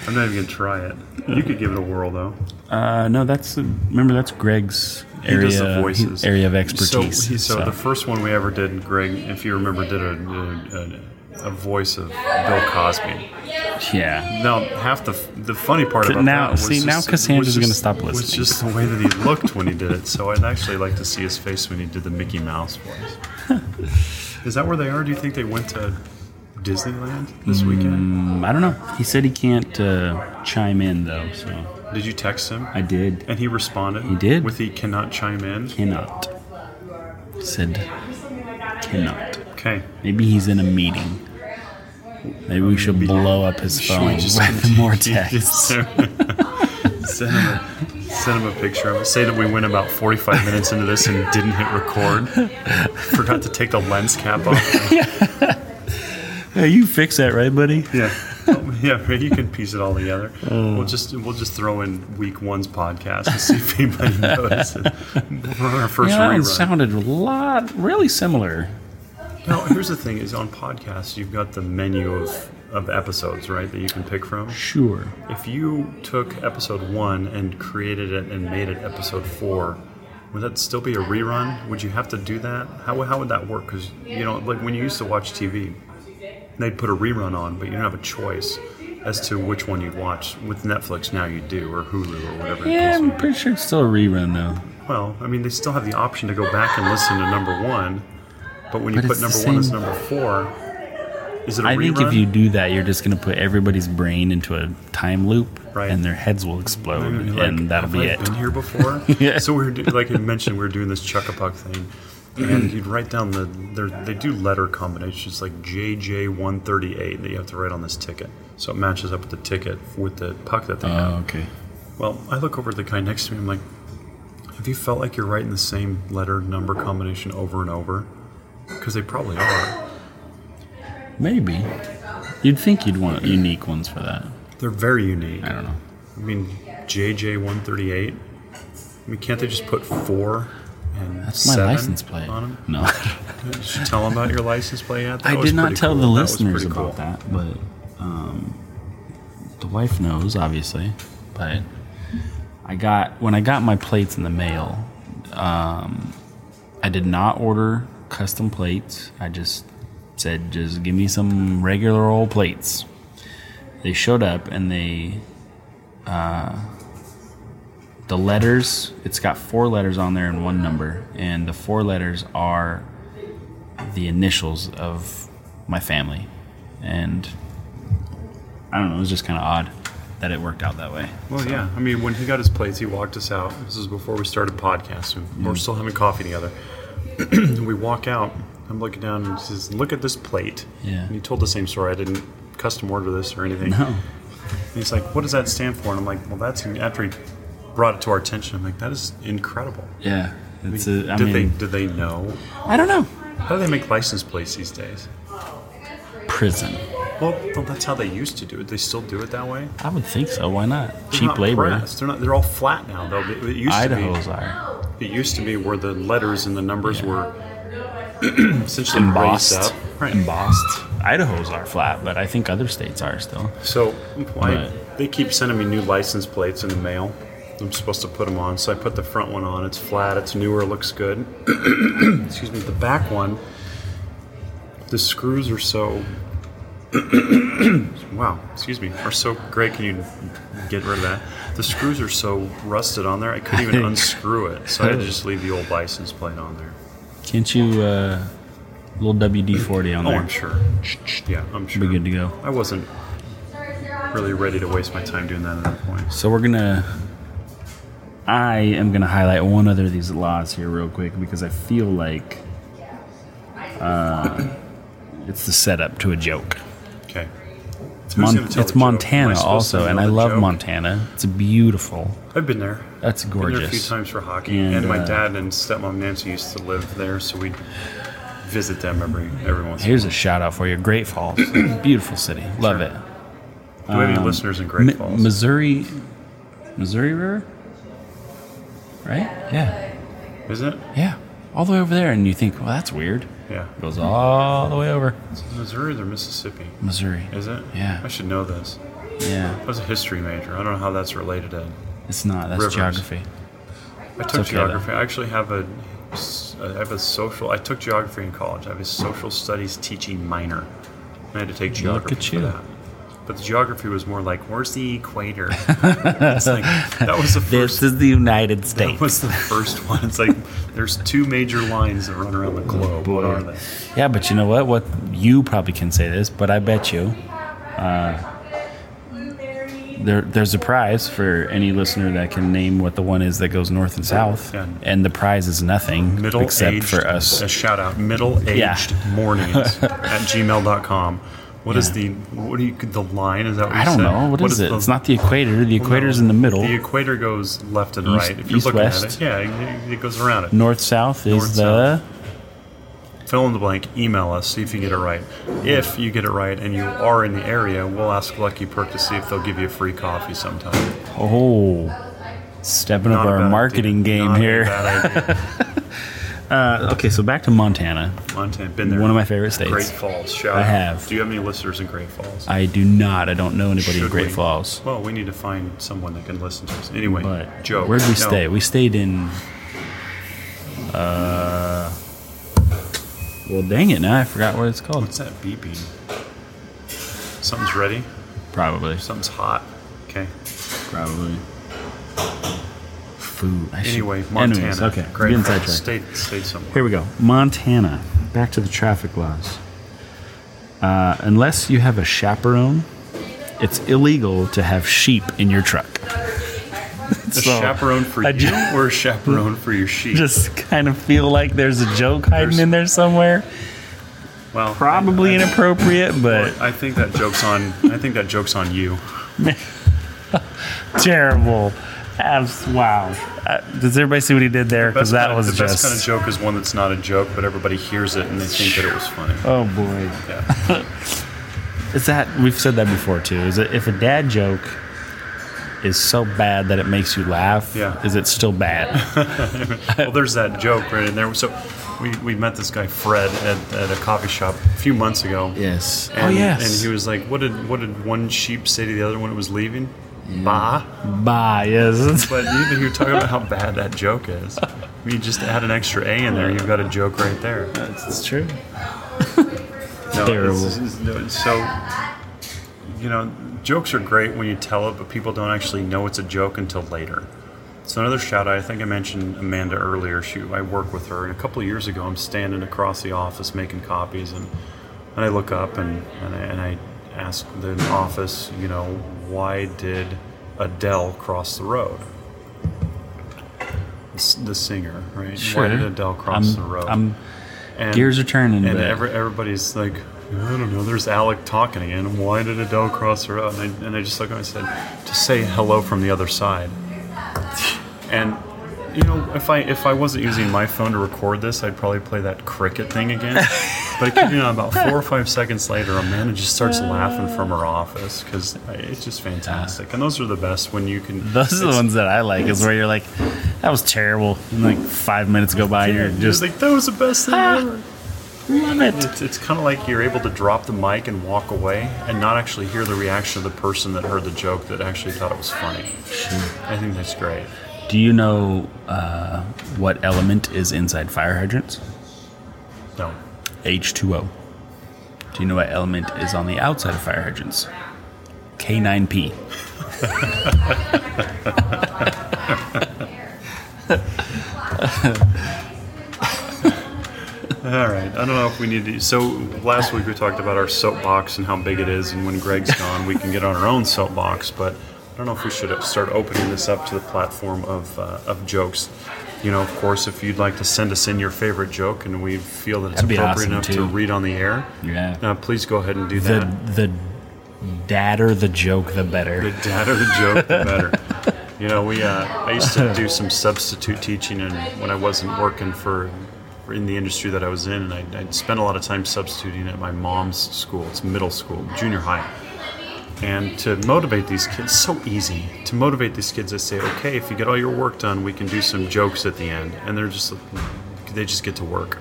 Speaker 2: I'm not even going to try it. You could give it a whirl though.
Speaker 1: Uh, no, that's remember that's Greg's
Speaker 2: He
Speaker 1: area
Speaker 2: does the voices.
Speaker 1: area of
Speaker 2: So,
Speaker 1: expertise.
Speaker 2: he, so, the first one we ever did, Greg, if you remember, did a, a, a voice of Bill Cosby.
Speaker 1: yeah,
Speaker 2: Now, half the the funny part about
Speaker 1: Now-
Speaker 2: that was
Speaker 1: see,
Speaker 2: just-
Speaker 1: now
Speaker 2: was
Speaker 1: Cassandra's
Speaker 2: just-
Speaker 1: gonna stop
Speaker 2: Was
Speaker 1: listening.
Speaker 2: just the way that he looked when he did it. So I'd actually like to see his face when he did the Mickey Mouse voice. Is that where they are? Do you think they went to Disneyland this weekend?
Speaker 1: Um, I don't know. He said he can't uh, chime in though, so
Speaker 2: Did you text him?
Speaker 1: I did
Speaker 2: and he responded. He
Speaker 1: did.
Speaker 2: with he cannot chime in.
Speaker 1: cannot. Said cannot.
Speaker 2: Okay.
Speaker 1: Maybe he's in a meeting. Maybe we should blow up his
Speaker 2: Should we
Speaker 1: phone
Speaker 2: just
Speaker 1: with more
Speaker 2: continue?
Speaker 1: texts.
Speaker 2: send, him a, send him a picture of it. Say that we went about 45 minutes into this and didn't hit record. Forgot to take the lens cap off.
Speaker 1: Hey, you fix that, right, buddy?
Speaker 2: Yeah, Oh, yeah. You can piece it all together.
Speaker 1: Oh.
Speaker 2: We'll just we'll just throw in week one's podcast and see if anybody notices. We're on our first
Speaker 1: Yeah, that one
Speaker 2: rerun.
Speaker 1: sounded a lot really similar.
Speaker 2: now, here's the thing: is on podcasts you've got the menu of of episodes, right? That you can pick from.
Speaker 1: Sure.
Speaker 2: If you took episode one and created it and made it episode four, would that still be a rerun? Would you have to do that? How, how would that work? Because, you know, like when you used to watch TV, they'd put a rerun on, but you don't have a choice as to which one you'd watch. With Netflix now you do, or Hulu, or whatever. the
Speaker 1: Yeah,
Speaker 2: case
Speaker 1: I'm
Speaker 2: may be.
Speaker 1: pretty sure it's still a rerun though.
Speaker 2: Well, I mean, they still have the option to go back and listen to number one, but when you
Speaker 1: But
Speaker 2: put
Speaker 1: it's
Speaker 2: number
Speaker 1: the
Speaker 2: one as
Speaker 1: same-
Speaker 2: number four, is it a
Speaker 1: I
Speaker 2: rerun?
Speaker 1: think if you do that, you're just going to put everybody's brain into a time loop,
Speaker 2: Right.
Speaker 1: and their heads will explode,
Speaker 2: And
Speaker 1: and,
Speaker 2: you're like,
Speaker 1: that'll
Speaker 2: "Have
Speaker 1: be
Speaker 2: I
Speaker 1: it.
Speaker 2: Been here before.
Speaker 1: Yeah.
Speaker 2: So we were do- like I mentioned, we were doing this chuck a puck thing, and
Speaker 1: Mm-hmm.
Speaker 2: you'd write down the they're- they do letter combinations like JJ one thirty eight that you have to write on this ticket, so it matches up with the ticket with the puck that they have.
Speaker 1: okay.
Speaker 2: Well, I look over at the guy next to me. I'm like, have you felt like you're writing the same letter number combination over and over? Because they probably are.
Speaker 1: Maybe you'd think you'd want unique ones for that.
Speaker 2: They're very unique.
Speaker 1: I don't know.
Speaker 2: I mean, JJ one thirty eight. I mean, can't they just put four and
Speaker 1: That's my
Speaker 2: seven
Speaker 1: license plate.
Speaker 2: on them?
Speaker 1: No,
Speaker 2: Did you tell them about your license plate yet? That
Speaker 1: I
Speaker 2: was
Speaker 1: did not
Speaker 2: pretty
Speaker 1: tell the
Speaker 2: cool. That was
Speaker 1: listeners
Speaker 2: pretty
Speaker 1: about
Speaker 2: cool.
Speaker 1: that, but um, the wife knows obviously. But I got when I got my plates in the mail, um, I did not order custom plates. I just said, just give me some regular old plates. They showed up and they, uh, the letters, it's got four letters on there and one number. And the four letters are the initials of my family. And I don't know, it was just kind of odd that it worked out that way.
Speaker 2: Well, yeah. I mean, when he got his plates, he walked us out. This is before we started podcasting.
Speaker 1: Mm.
Speaker 2: We're still having coffee together. we walk out. I'm looking down and he says, "Look at this plate."
Speaker 1: Yeah.
Speaker 2: And he told the same story. I didn't custom order this or anything.
Speaker 1: No.
Speaker 2: And he's like, "What does that stand for?" And I'm like, "Well, that's after he brought it to our attention. I'm like, that is incredible."
Speaker 1: Yeah. It's a, I
Speaker 2: did
Speaker 1: mean,
Speaker 2: they did they know?
Speaker 1: I don't know.
Speaker 2: How do they make license plates these days?
Speaker 1: Prison.
Speaker 2: Well, that's how they used to do it. They still do it that way.
Speaker 1: I would think so. Why not?
Speaker 2: They're
Speaker 1: Cheap
Speaker 2: not
Speaker 1: labor.
Speaker 2: pressed. They're not. They're all flat now, though. It, it used
Speaker 1: Idaho's are.
Speaker 2: to be. It used to be where the letters and the numbers
Speaker 1: Yeah.
Speaker 2: were essentially raised
Speaker 1: Embossed.
Speaker 2: up. Right.
Speaker 1: Embossed. Idaho's are flat, but I think other states are still.
Speaker 2: So why
Speaker 1: Right.
Speaker 2: they keep sending me new license plates in the mail? I'm supposed to put them on. So I put the front one on. It's flat. It's newer. Looks good. Excuse me. The back one. The screws are so. wow. Excuse me. Are so great. Can you get rid of that? The screws are so rusted on there. I couldn't even unscrew it. So I had to just leave the old license plate on there.
Speaker 1: Can't you, uh, little WD 40 on
Speaker 2: Oh,
Speaker 1: there?
Speaker 2: I'm sure. Yeah, I'm sure.
Speaker 1: Be good to go.
Speaker 2: I wasn't really ready to waste my time doing that at that point.
Speaker 1: So we're gonna. I am gonna highlight one other of these laws here real quick because I feel like uh, it's the setup to a joke.
Speaker 2: Okay.
Speaker 1: It's,
Speaker 2: Who's
Speaker 1: Mon-
Speaker 2: gonna tell
Speaker 1: it's
Speaker 2: the joke? Am I
Speaker 1: Montana
Speaker 2: supposed to
Speaker 1: also,
Speaker 2: know
Speaker 1: and I
Speaker 2: the
Speaker 1: love
Speaker 2: joke?
Speaker 1: Montana. It's beautiful.
Speaker 2: I've been there.
Speaker 1: That's
Speaker 2: Been there a few
Speaker 1: gorgeous.
Speaker 2: times for hockey,
Speaker 1: And,
Speaker 2: and, my
Speaker 1: uh,
Speaker 2: dad and stepmom Nancy used to live there, so we'd visit them every every once. in a
Speaker 1: Here's a shout out for you. Great Falls, beautiful city. Love it.
Speaker 2: while. Do we have any listeners in Great
Speaker 1: um, Mi-
Speaker 2: Falls?
Speaker 1: Missouri, Missouri River, right? Yeah,
Speaker 2: Is it?
Speaker 1: yeah, all the way over there. And you think, well, that's weird.
Speaker 2: Yeah.
Speaker 1: It goes all the way over
Speaker 2: Is it Missouri or Mississippi?
Speaker 1: Missouri.
Speaker 2: Is it?
Speaker 1: Yeah.
Speaker 2: I should know this.
Speaker 1: Yeah,
Speaker 2: I was a history major. I don't know how that's related to.
Speaker 1: it's not. That's
Speaker 2: Rivers.
Speaker 1: geography.
Speaker 2: I took
Speaker 1: okay,
Speaker 2: geography. I actually have a. I have a social. I took geography in college. I have a social studies teaching minor. I had to take
Speaker 1: Look
Speaker 2: geography
Speaker 1: at
Speaker 2: for
Speaker 1: you.
Speaker 2: that. But the geography was more like, "Where's the equator?" It's like, that was the first.
Speaker 1: is the United
Speaker 2: That was the first one. It's like there's two major lines that run around the globe. What are they?
Speaker 1: Yeah, but you know what? What you probably can say this, but I bet you, uh, there there's a prize for any listener that can name what the one is that goes north and south,
Speaker 2: Yeah.
Speaker 1: and the prize is nothing
Speaker 2: Middle
Speaker 1: except
Speaker 2: aged,
Speaker 1: for us.
Speaker 2: A shout out. Middle aged
Speaker 1: Yeah.
Speaker 2: mornings at gmail.com. What is
Speaker 1: Yeah.
Speaker 2: the what do you the line? Is that what you
Speaker 1: I don't
Speaker 2: said?
Speaker 1: know what is it.
Speaker 2: the-
Speaker 1: it's not the equator. The equator's in the middle.
Speaker 2: The equator goes left and
Speaker 1: East-
Speaker 2: right. If you're
Speaker 1: east,
Speaker 2: looking
Speaker 1: west?
Speaker 2: at it, yeah, it, it goes around it.
Speaker 1: north south is
Speaker 2: North,
Speaker 1: the
Speaker 2: Fill in the blank. Email us. See if you get it right. If you get it right and you are in the area, we'll ask Lucky Perk to see if they'll give you a free coffee sometime.
Speaker 1: oh. Stepping up
Speaker 2: Not a bad
Speaker 1: our
Speaker 2: idea.
Speaker 1: marketing game
Speaker 2: Not a
Speaker 1: here.
Speaker 2: bad idea.
Speaker 1: Uh, okay, so back to Montana.
Speaker 2: Montana. Been there.
Speaker 1: One of my favorite states.
Speaker 2: Great Falls. Shout
Speaker 1: I
Speaker 2: out.
Speaker 1: have.
Speaker 2: Do you have any listeners in Great Falls?
Speaker 1: I do not. I don't know anybody in
Speaker 2: Should
Speaker 1: Great
Speaker 2: we?
Speaker 1: Falls.
Speaker 2: Well, we need to find someone that can listen to us. Anyway,
Speaker 1: But
Speaker 2: Joe.
Speaker 1: where'd we
Speaker 2: no,
Speaker 1: stay? We stayed in. Uh, well, dang it! Now I forgot what it's called.
Speaker 2: What's that beeping? Something's ready.
Speaker 1: Probably,
Speaker 2: Something's hot. Okay.
Speaker 1: probably. Food. I should-
Speaker 2: Anyway, Montana.
Speaker 1: Anyways, okay,
Speaker 2: Great
Speaker 1: getting
Speaker 2: Falls.
Speaker 1: sidetracked.
Speaker 2: Stay, stay somewhere.
Speaker 1: Here we go. Montana. Back to the traffic laws. Uh, unless you have a chaperone, it's illegal to have sheep in your truck.
Speaker 2: A
Speaker 1: So,
Speaker 2: chaperone for
Speaker 1: I
Speaker 2: you
Speaker 1: ju-
Speaker 2: or a chaperone for your sheep?
Speaker 1: Just kind of feel like there's a joke hiding
Speaker 2: There's-
Speaker 1: in there somewhere.
Speaker 2: well, I-
Speaker 1: Probably
Speaker 2: I-
Speaker 1: inappropriate, but
Speaker 2: I think that joke's on. I think that joke's on you.
Speaker 1: terrible. Abs- wow. Uh, does everybody see what he did there? Because
Speaker 2: Best
Speaker 1: that
Speaker 2: kind of-
Speaker 1: was
Speaker 2: the
Speaker 1: just.
Speaker 2: best kind of joke is one that's not a joke, but everybody hears it and they think that it was funny.
Speaker 1: oh boy.
Speaker 2: Yeah.
Speaker 1: Is that we've said that before too? Is it if a dad joke is so bad that it makes you laugh?
Speaker 2: Yeah.
Speaker 1: Is it still bad?
Speaker 2: Well, there's that joke right in there. So we, we met this guy Fred at, at a coffee shop a few months ago.
Speaker 1: yes.
Speaker 2: And,
Speaker 1: oh yes.
Speaker 2: And he was like, "What did what did one sheep say to the other when it was leaving?" Bah.
Speaker 1: Bah. Yes.
Speaker 2: But you, you were talking about how bad that joke is. I mean, just add an extra A in there, you've got a joke right there.
Speaker 1: That's, that's true.
Speaker 2: No,
Speaker 1: Terrible.
Speaker 2: it's- it's- no, so, you know, jokes are great when you tell it, but people don't actually know it's a joke until later. So another shout out. I think I mentioned Amanda earlier. She, I work with her, and a couple of years ago, I'm standing across the office making copies, and and I look up and and I, and I ask the office, you know, why did Adele cross the road? The s- The singer, right? Why did Adele cross
Speaker 1: I'm-
Speaker 2: the road?
Speaker 1: I'm-
Speaker 2: And-
Speaker 1: gears are turning.
Speaker 2: and
Speaker 1: but
Speaker 2: every, everybody's like, I don't know. There's Alec talking again. Why did Adele cross the road? And I, and I just look at him and said, to say hello from the other side. And you know, if I if I wasn't using my phone to record this, I'd probably play that cricket thing again. but I kid you not, about four or five seconds later, Amanda just starts laughing from her office because it's just fantastic. And those are the best when you can.
Speaker 1: those are the
Speaker 2: it's-
Speaker 1: ones that I like. Is where you're like, that was terrible. And like five minutes go by,
Speaker 2: Yeah,
Speaker 1: you're just
Speaker 2: like that was the best thing
Speaker 1: Ah.
Speaker 2: ever.
Speaker 1: love it.
Speaker 2: It's, it's kind of like you're able to drop the mic and walk away and not actually hear the reaction of the person that heard the joke that actually thought it was funny. I think that's great.
Speaker 1: Do you know uh, what element is inside fire hydrants?
Speaker 2: No.
Speaker 1: H2O. Do you know what element is on the outside of fire hydrants? K9P.
Speaker 2: All right. I don't know if we need to. So last week we talked about our soapbox and how big it is, and when Greg's gone, we can get on our own soapbox. But I don't know if we should start opening this up to the platform of uh, of jokes. You know, of course, if you'd like to send us in your favorite joke and we feel that it's
Speaker 1: That'd be
Speaker 2: appropriate
Speaker 1: awesome,
Speaker 2: enough
Speaker 1: too.
Speaker 2: to read on the air,
Speaker 1: Yeah.
Speaker 2: uh, please go ahead and do
Speaker 1: The
Speaker 2: that.
Speaker 1: the dadder the joke the better.
Speaker 2: The dadder the joke, the better. You know, we uh, I used to do some substitute teaching, and when I wasn't working for in the industry that I was in, and I, I spent a lot of time substituting at my mom's school. It's middle school, junior high. And to motivate these kids, so easy. To motivate these kids, I say, okay, if you get all your work done, we can do some jokes at the end. And they're just, they just get to work.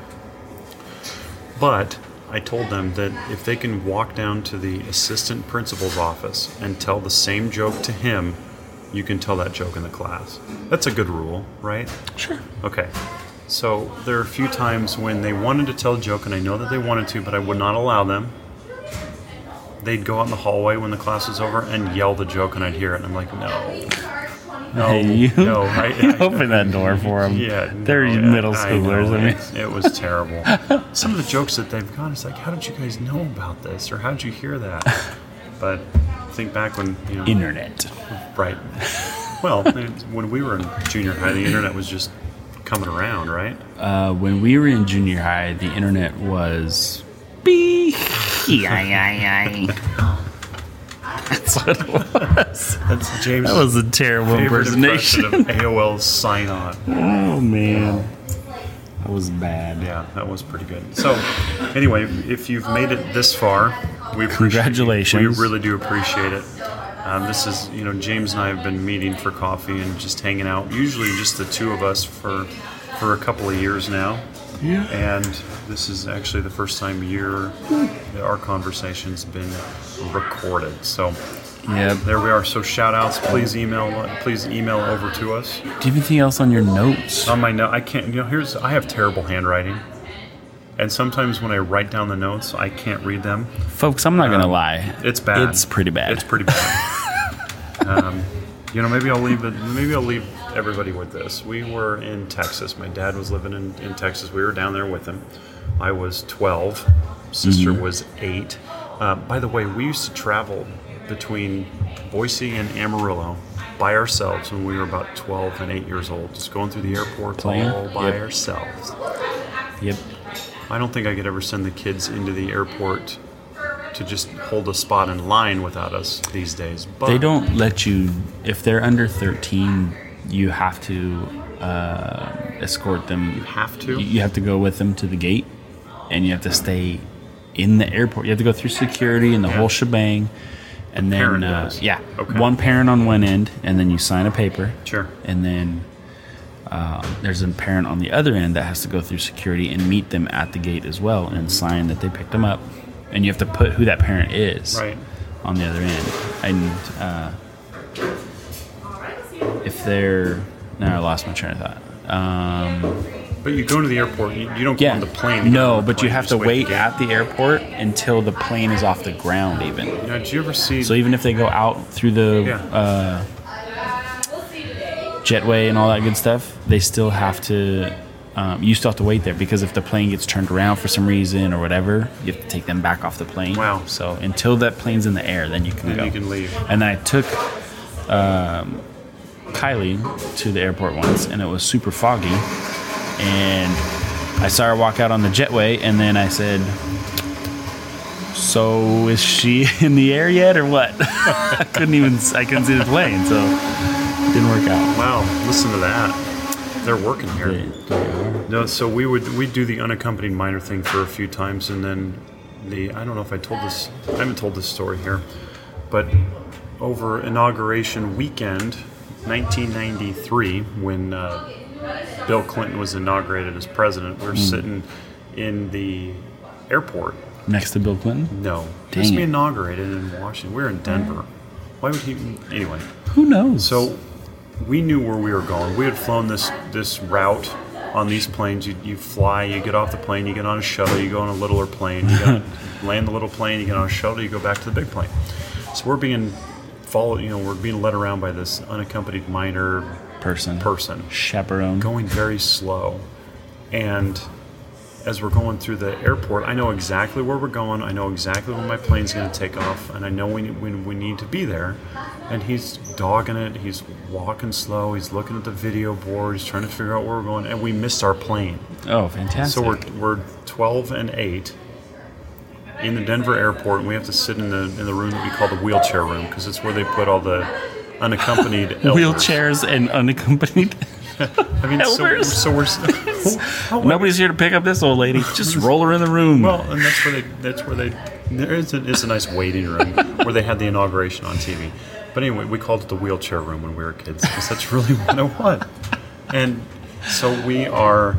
Speaker 2: But I told them that if they can walk down to the assistant principal's office and tell the same joke to him, you can tell that joke in the class. That's a good rule, right?
Speaker 1: Sure.
Speaker 2: Okay. So there are a few times when they wanted to tell a joke, and I know that they wanted to, but I would not allow them. They'd go out in the hallway when the class was over and yell the joke, and I'd hear it, and I'm like, no. No,
Speaker 1: Hey, you,
Speaker 2: no, I,
Speaker 1: you
Speaker 2: I-
Speaker 1: open that door for them.
Speaker 2: yeah,
Speaker 1: they're
Speaker 2: no,
Speaker 1: middle
Speaker 2: I
Speaker 1: schoolers.
Speaker 2: know,
Speaker 1: I, mean,
Speaker 2: it, it was terrible. Some of the jokes that they've got, it's like, how did you guys know about this, or how did you hear that? But think back when you know,
Speaker 1: internet.
Speaker 2: right? Well, it's- when we were in junior high, the internet was just coming around, right?
Speaker 1: Uh, when we were in junior high, the internet was. Bee. That's what it was.
Speaker 2: That's James.
Speaker 1: That was a terrible
Speaker 2: favorite
Speaker 1: impersonation.
Speaker 2: impression of AOL sign on.
Speaker 1: Oh man, that was bad.
Speaker 2: Yeah, that was pretty good. So, anyway, if you've made it this far, we appreciate
Speaker 1: Congratulations.
Speaker 2: We really do appreciate it. Um, this is, you know, James and I have been meeting for coffee and just hanging out. Usually, just the two of us for for a couple of years now.
Speaker 1: Yeah.
Speaker 2: And this is actually the first time year that our conversation's been recorded. So
Speaker 1: Yep.
Speaker 2: there we are. So shout outs, please email please email over to us.
Speaker 1: Do you have anything else on your notes?
Speaker 2: On my note, I can't. You know, here's I have terrible handwriting, and sometimes when I write down the notes, I can't read them.
Speaker 1: Folks, I'm not gonna lie.
Speaker 2: It's bad.
Speaker 1: It's pretty bad.
Speaker 2: It's pretty bad. um, you know, maybe I'll leave it. Maybe I'll leave everybody with this. We were in Texas. My dad was living in, in Texas. We were down there with him. I was 12. Sister
Speaker 1: Mm-hmm.
Speaker 2: was eight. Uh, by the way, we used to travel between Boise and Amarillo by ourselves when we were about 12 and 8 years old, just going through the airports
Speaker 1: Plan?
Speaker 2: all by
Speaker 1: Oh, Yep.
Speaker 2: ourselves.
Speaker 1: Yep.
Speaker 2: I don't think I could ever send the kids into the airport to just hold a spot in line without us these days. But
Speaker 1: They don't let you if they're under 13. You have to uh, escort them.
Speaker 2: have to.
Speaker 1: You- You have to go with them to the gate, and you have to stay in the airport. You have to go through security and the
Speaker 2: Yeah.
Speaker 1: whole shebang. And then,
Speaker 2: parent
Speaker 1: uh,
Speaker 2: does.
Speaker 1: yeah,
Speaker 2: Okay.
Speaker 1: one parent on one end, and then you sign a paper.
Speaker 2: Sure.
Speaker 1: And then uh, there's a parent on the other end that has to go through security and meet them at the gate as well and sign that they picked them up. And you have to put who that parent is
Speaker 2: Right.
Speaker 1: on the other end. And uh, if they're. Now I lost my train of thought. Um,
Speaker 2: But you go to the airport. You, you don't
Speaker 1: yeah.
Speaker 2: go on the plane. You go
Speaker 1: no,
Speaker 2: on the
Speaker 1: but you
Speaker 2: plane,
Speaker 1: have
Speaker 2: just
Speaker 1: to
Speaker 2: wait
Speaker 1: wait
Speaker 2: to get-
Speaker 1: at the airport until the plane is off the ground, even.
Speaker 2: You know, did you ever see?
Speaker 1: So even if they go out through the
Speaker 2: Yeah.
Speaker 1: uh, jetway and all that good stuff, they still have to. Um, you still have to wait there because if the plane gets turned around for some reason or whatever, you have to take them back off the plane.
Speaker 2: Wow.
Speaker 1: So until that plane's in the air, then you can
Speaker 2: Then
Speaker 1: go.
Speaker 2: you can leave.
Speaker 1: And I took um, Kylie to the airport once, and it was super foggy, and I saw her walk out on the jetway, and then I said. So is she in the air yet, or what? I couldn't even I couldn't see the plane, so didn't work out.
Speaker 2: wow, listen to that. They're working here. No, so we would we would do the unaccompanied minor thing for a few times, and then the I don't know if I told this I haven't told this story here, but over inauguration weekend, 1993, when uh, Bill Clinton was inaugurated as president,
Speaker 1: Hmm.
Speaker 2: we were sitting in the airport.
Speaker 1: Next to Bill Clinton,
Speaker 2: No,
Speaker 1: Dang
Speaker 2: just
Speaker 1: it.
Speaker 2: inaugurated in Washington. We were in Denver. Why would he? Anyway,
Speaker 1: who knows?
Speaker 2: so we knew where we were going. We had flown this this route on these planes. You, you fly, you get off the plane, you get on a shuttle, you go on a littler plane, you got, land the little plane, you get on a shuttle, you go back to the big plane. So we're being followed. You know, we're being led around by this unaccompanied minor
Speaker 1: person,
Speaker 2: person
Speaker 1: chaperone.
Speaker 2: going very slow. And as we're going through the airport, I know exactly where we're going. I know exactly when my plane's going to take off, and I know when, when we need to be there. And he's dogging it. He's walking slow. He's looking at the video board. He's trying to figure out where we're going. And we missed our plane.
Speaker 1: Oh, fantastic!
Speaker 2: So we're, we're 12 and 8 in the Denver airport, and we have to sit in the, in the room that we call the wheelchair room because it's where they put all the unaccompanied elders.
Speaker 1: wheelchairs and unaccompanied.
Speaker 2: I mean, so,
Speaker 1: Helpers.
Speaker 2: so we're s-
Speaker 1: Nobody's here to pick up this old lady. Just roll her in the room.
Speaker 2: well, and that's where they. That's where they. There is a, it's a nice waiting room where they had the inauguration on TV. But anyway, we called it the wheelchair room when we were kids because that's really what it was. And so we are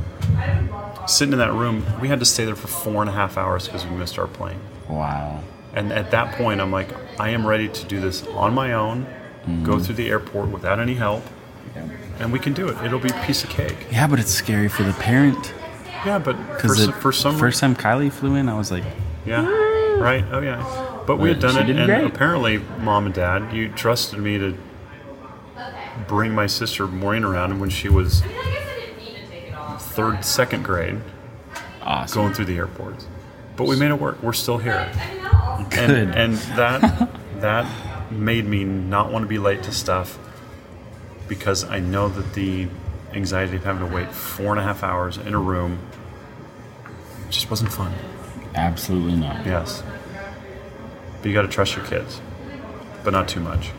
Speaker 2: sitting in that room. We had to stay there for four and a half hours because we missed our plane.
Speaker 1: wow.
Speaker 2: And at that point, I'm like, I am ready to do this on my own, go through the airport without any help, and we can do it. It'll be a piece of cake.
Speaker 1: Yeah, but it's scary for the parent
Speaker 2: Yeah, but for,
Speaker 1: because
Speaker 2: s- for some
Speaker 1: first time Kylie flew in, I was like,
Speaker 2: Yeah. Right. Oh yeah. But we had done
Speaker 1: She
Speaker 2: it,
Speaker 1: did
Speaker 2: and
Speaker 1: great.
Speaker 2: apparently, mom and dad, you trusted me to bring my sister Maureen around when she was third, second grade,
Speaker 1: awesome.
Speaker 2: going through the airports. But we made it work. We're still here,
Speaker 1: Good.
Speaker 2: and and that that made me not want to be late to stuff because I know that the anxiety of having to wait four and a half hours in a room just wasn't fun.
Speaker 1: Absolutely not.
Speaker 2: Yes. But you got to trust your kids, but not too much.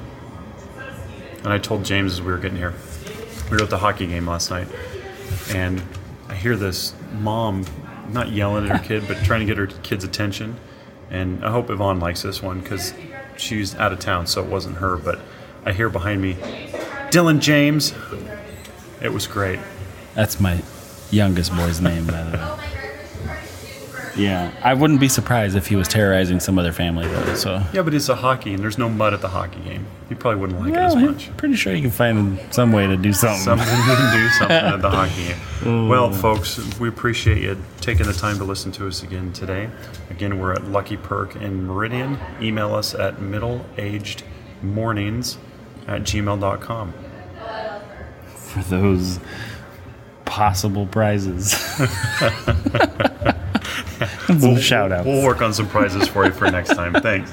Speaker 2: And I told James as we were getting here, we were at the hockey game last night, and I hear this mom not yelling at her kid, but trying to get her kid's attention. And I hope Yvonne likes this one because she's out of town, so it wasn't her. But I hear behind me, Dylan James. It was great.
Speaker 1: That's my youngest boy's name, by the way. Yeah, I wouldn't be surprised if he was terrorizing some other family though. So.
Speaker 2: Yeah, but it's a hockey, and there's no mud at the hockey game. You probably wouldn't like it
Speaker 1: Well,
Speaker 2: as
Speaker 1: I'm
Speaker 2: much.
Speaker 1: pretty sure you can find some way to do something.
Speaker 2: something we can do something at the hockey game. Well, folks, we appreciate you taking the time to listen to us again today. Again, we're at Lucky Perk in Meridian. Email us at middleagedmornings at gmail.com.
Speaker 1: for those possible prizes. Some shout outs.
Speaker 2: We'll work on some prizes for you for next time. Thanks.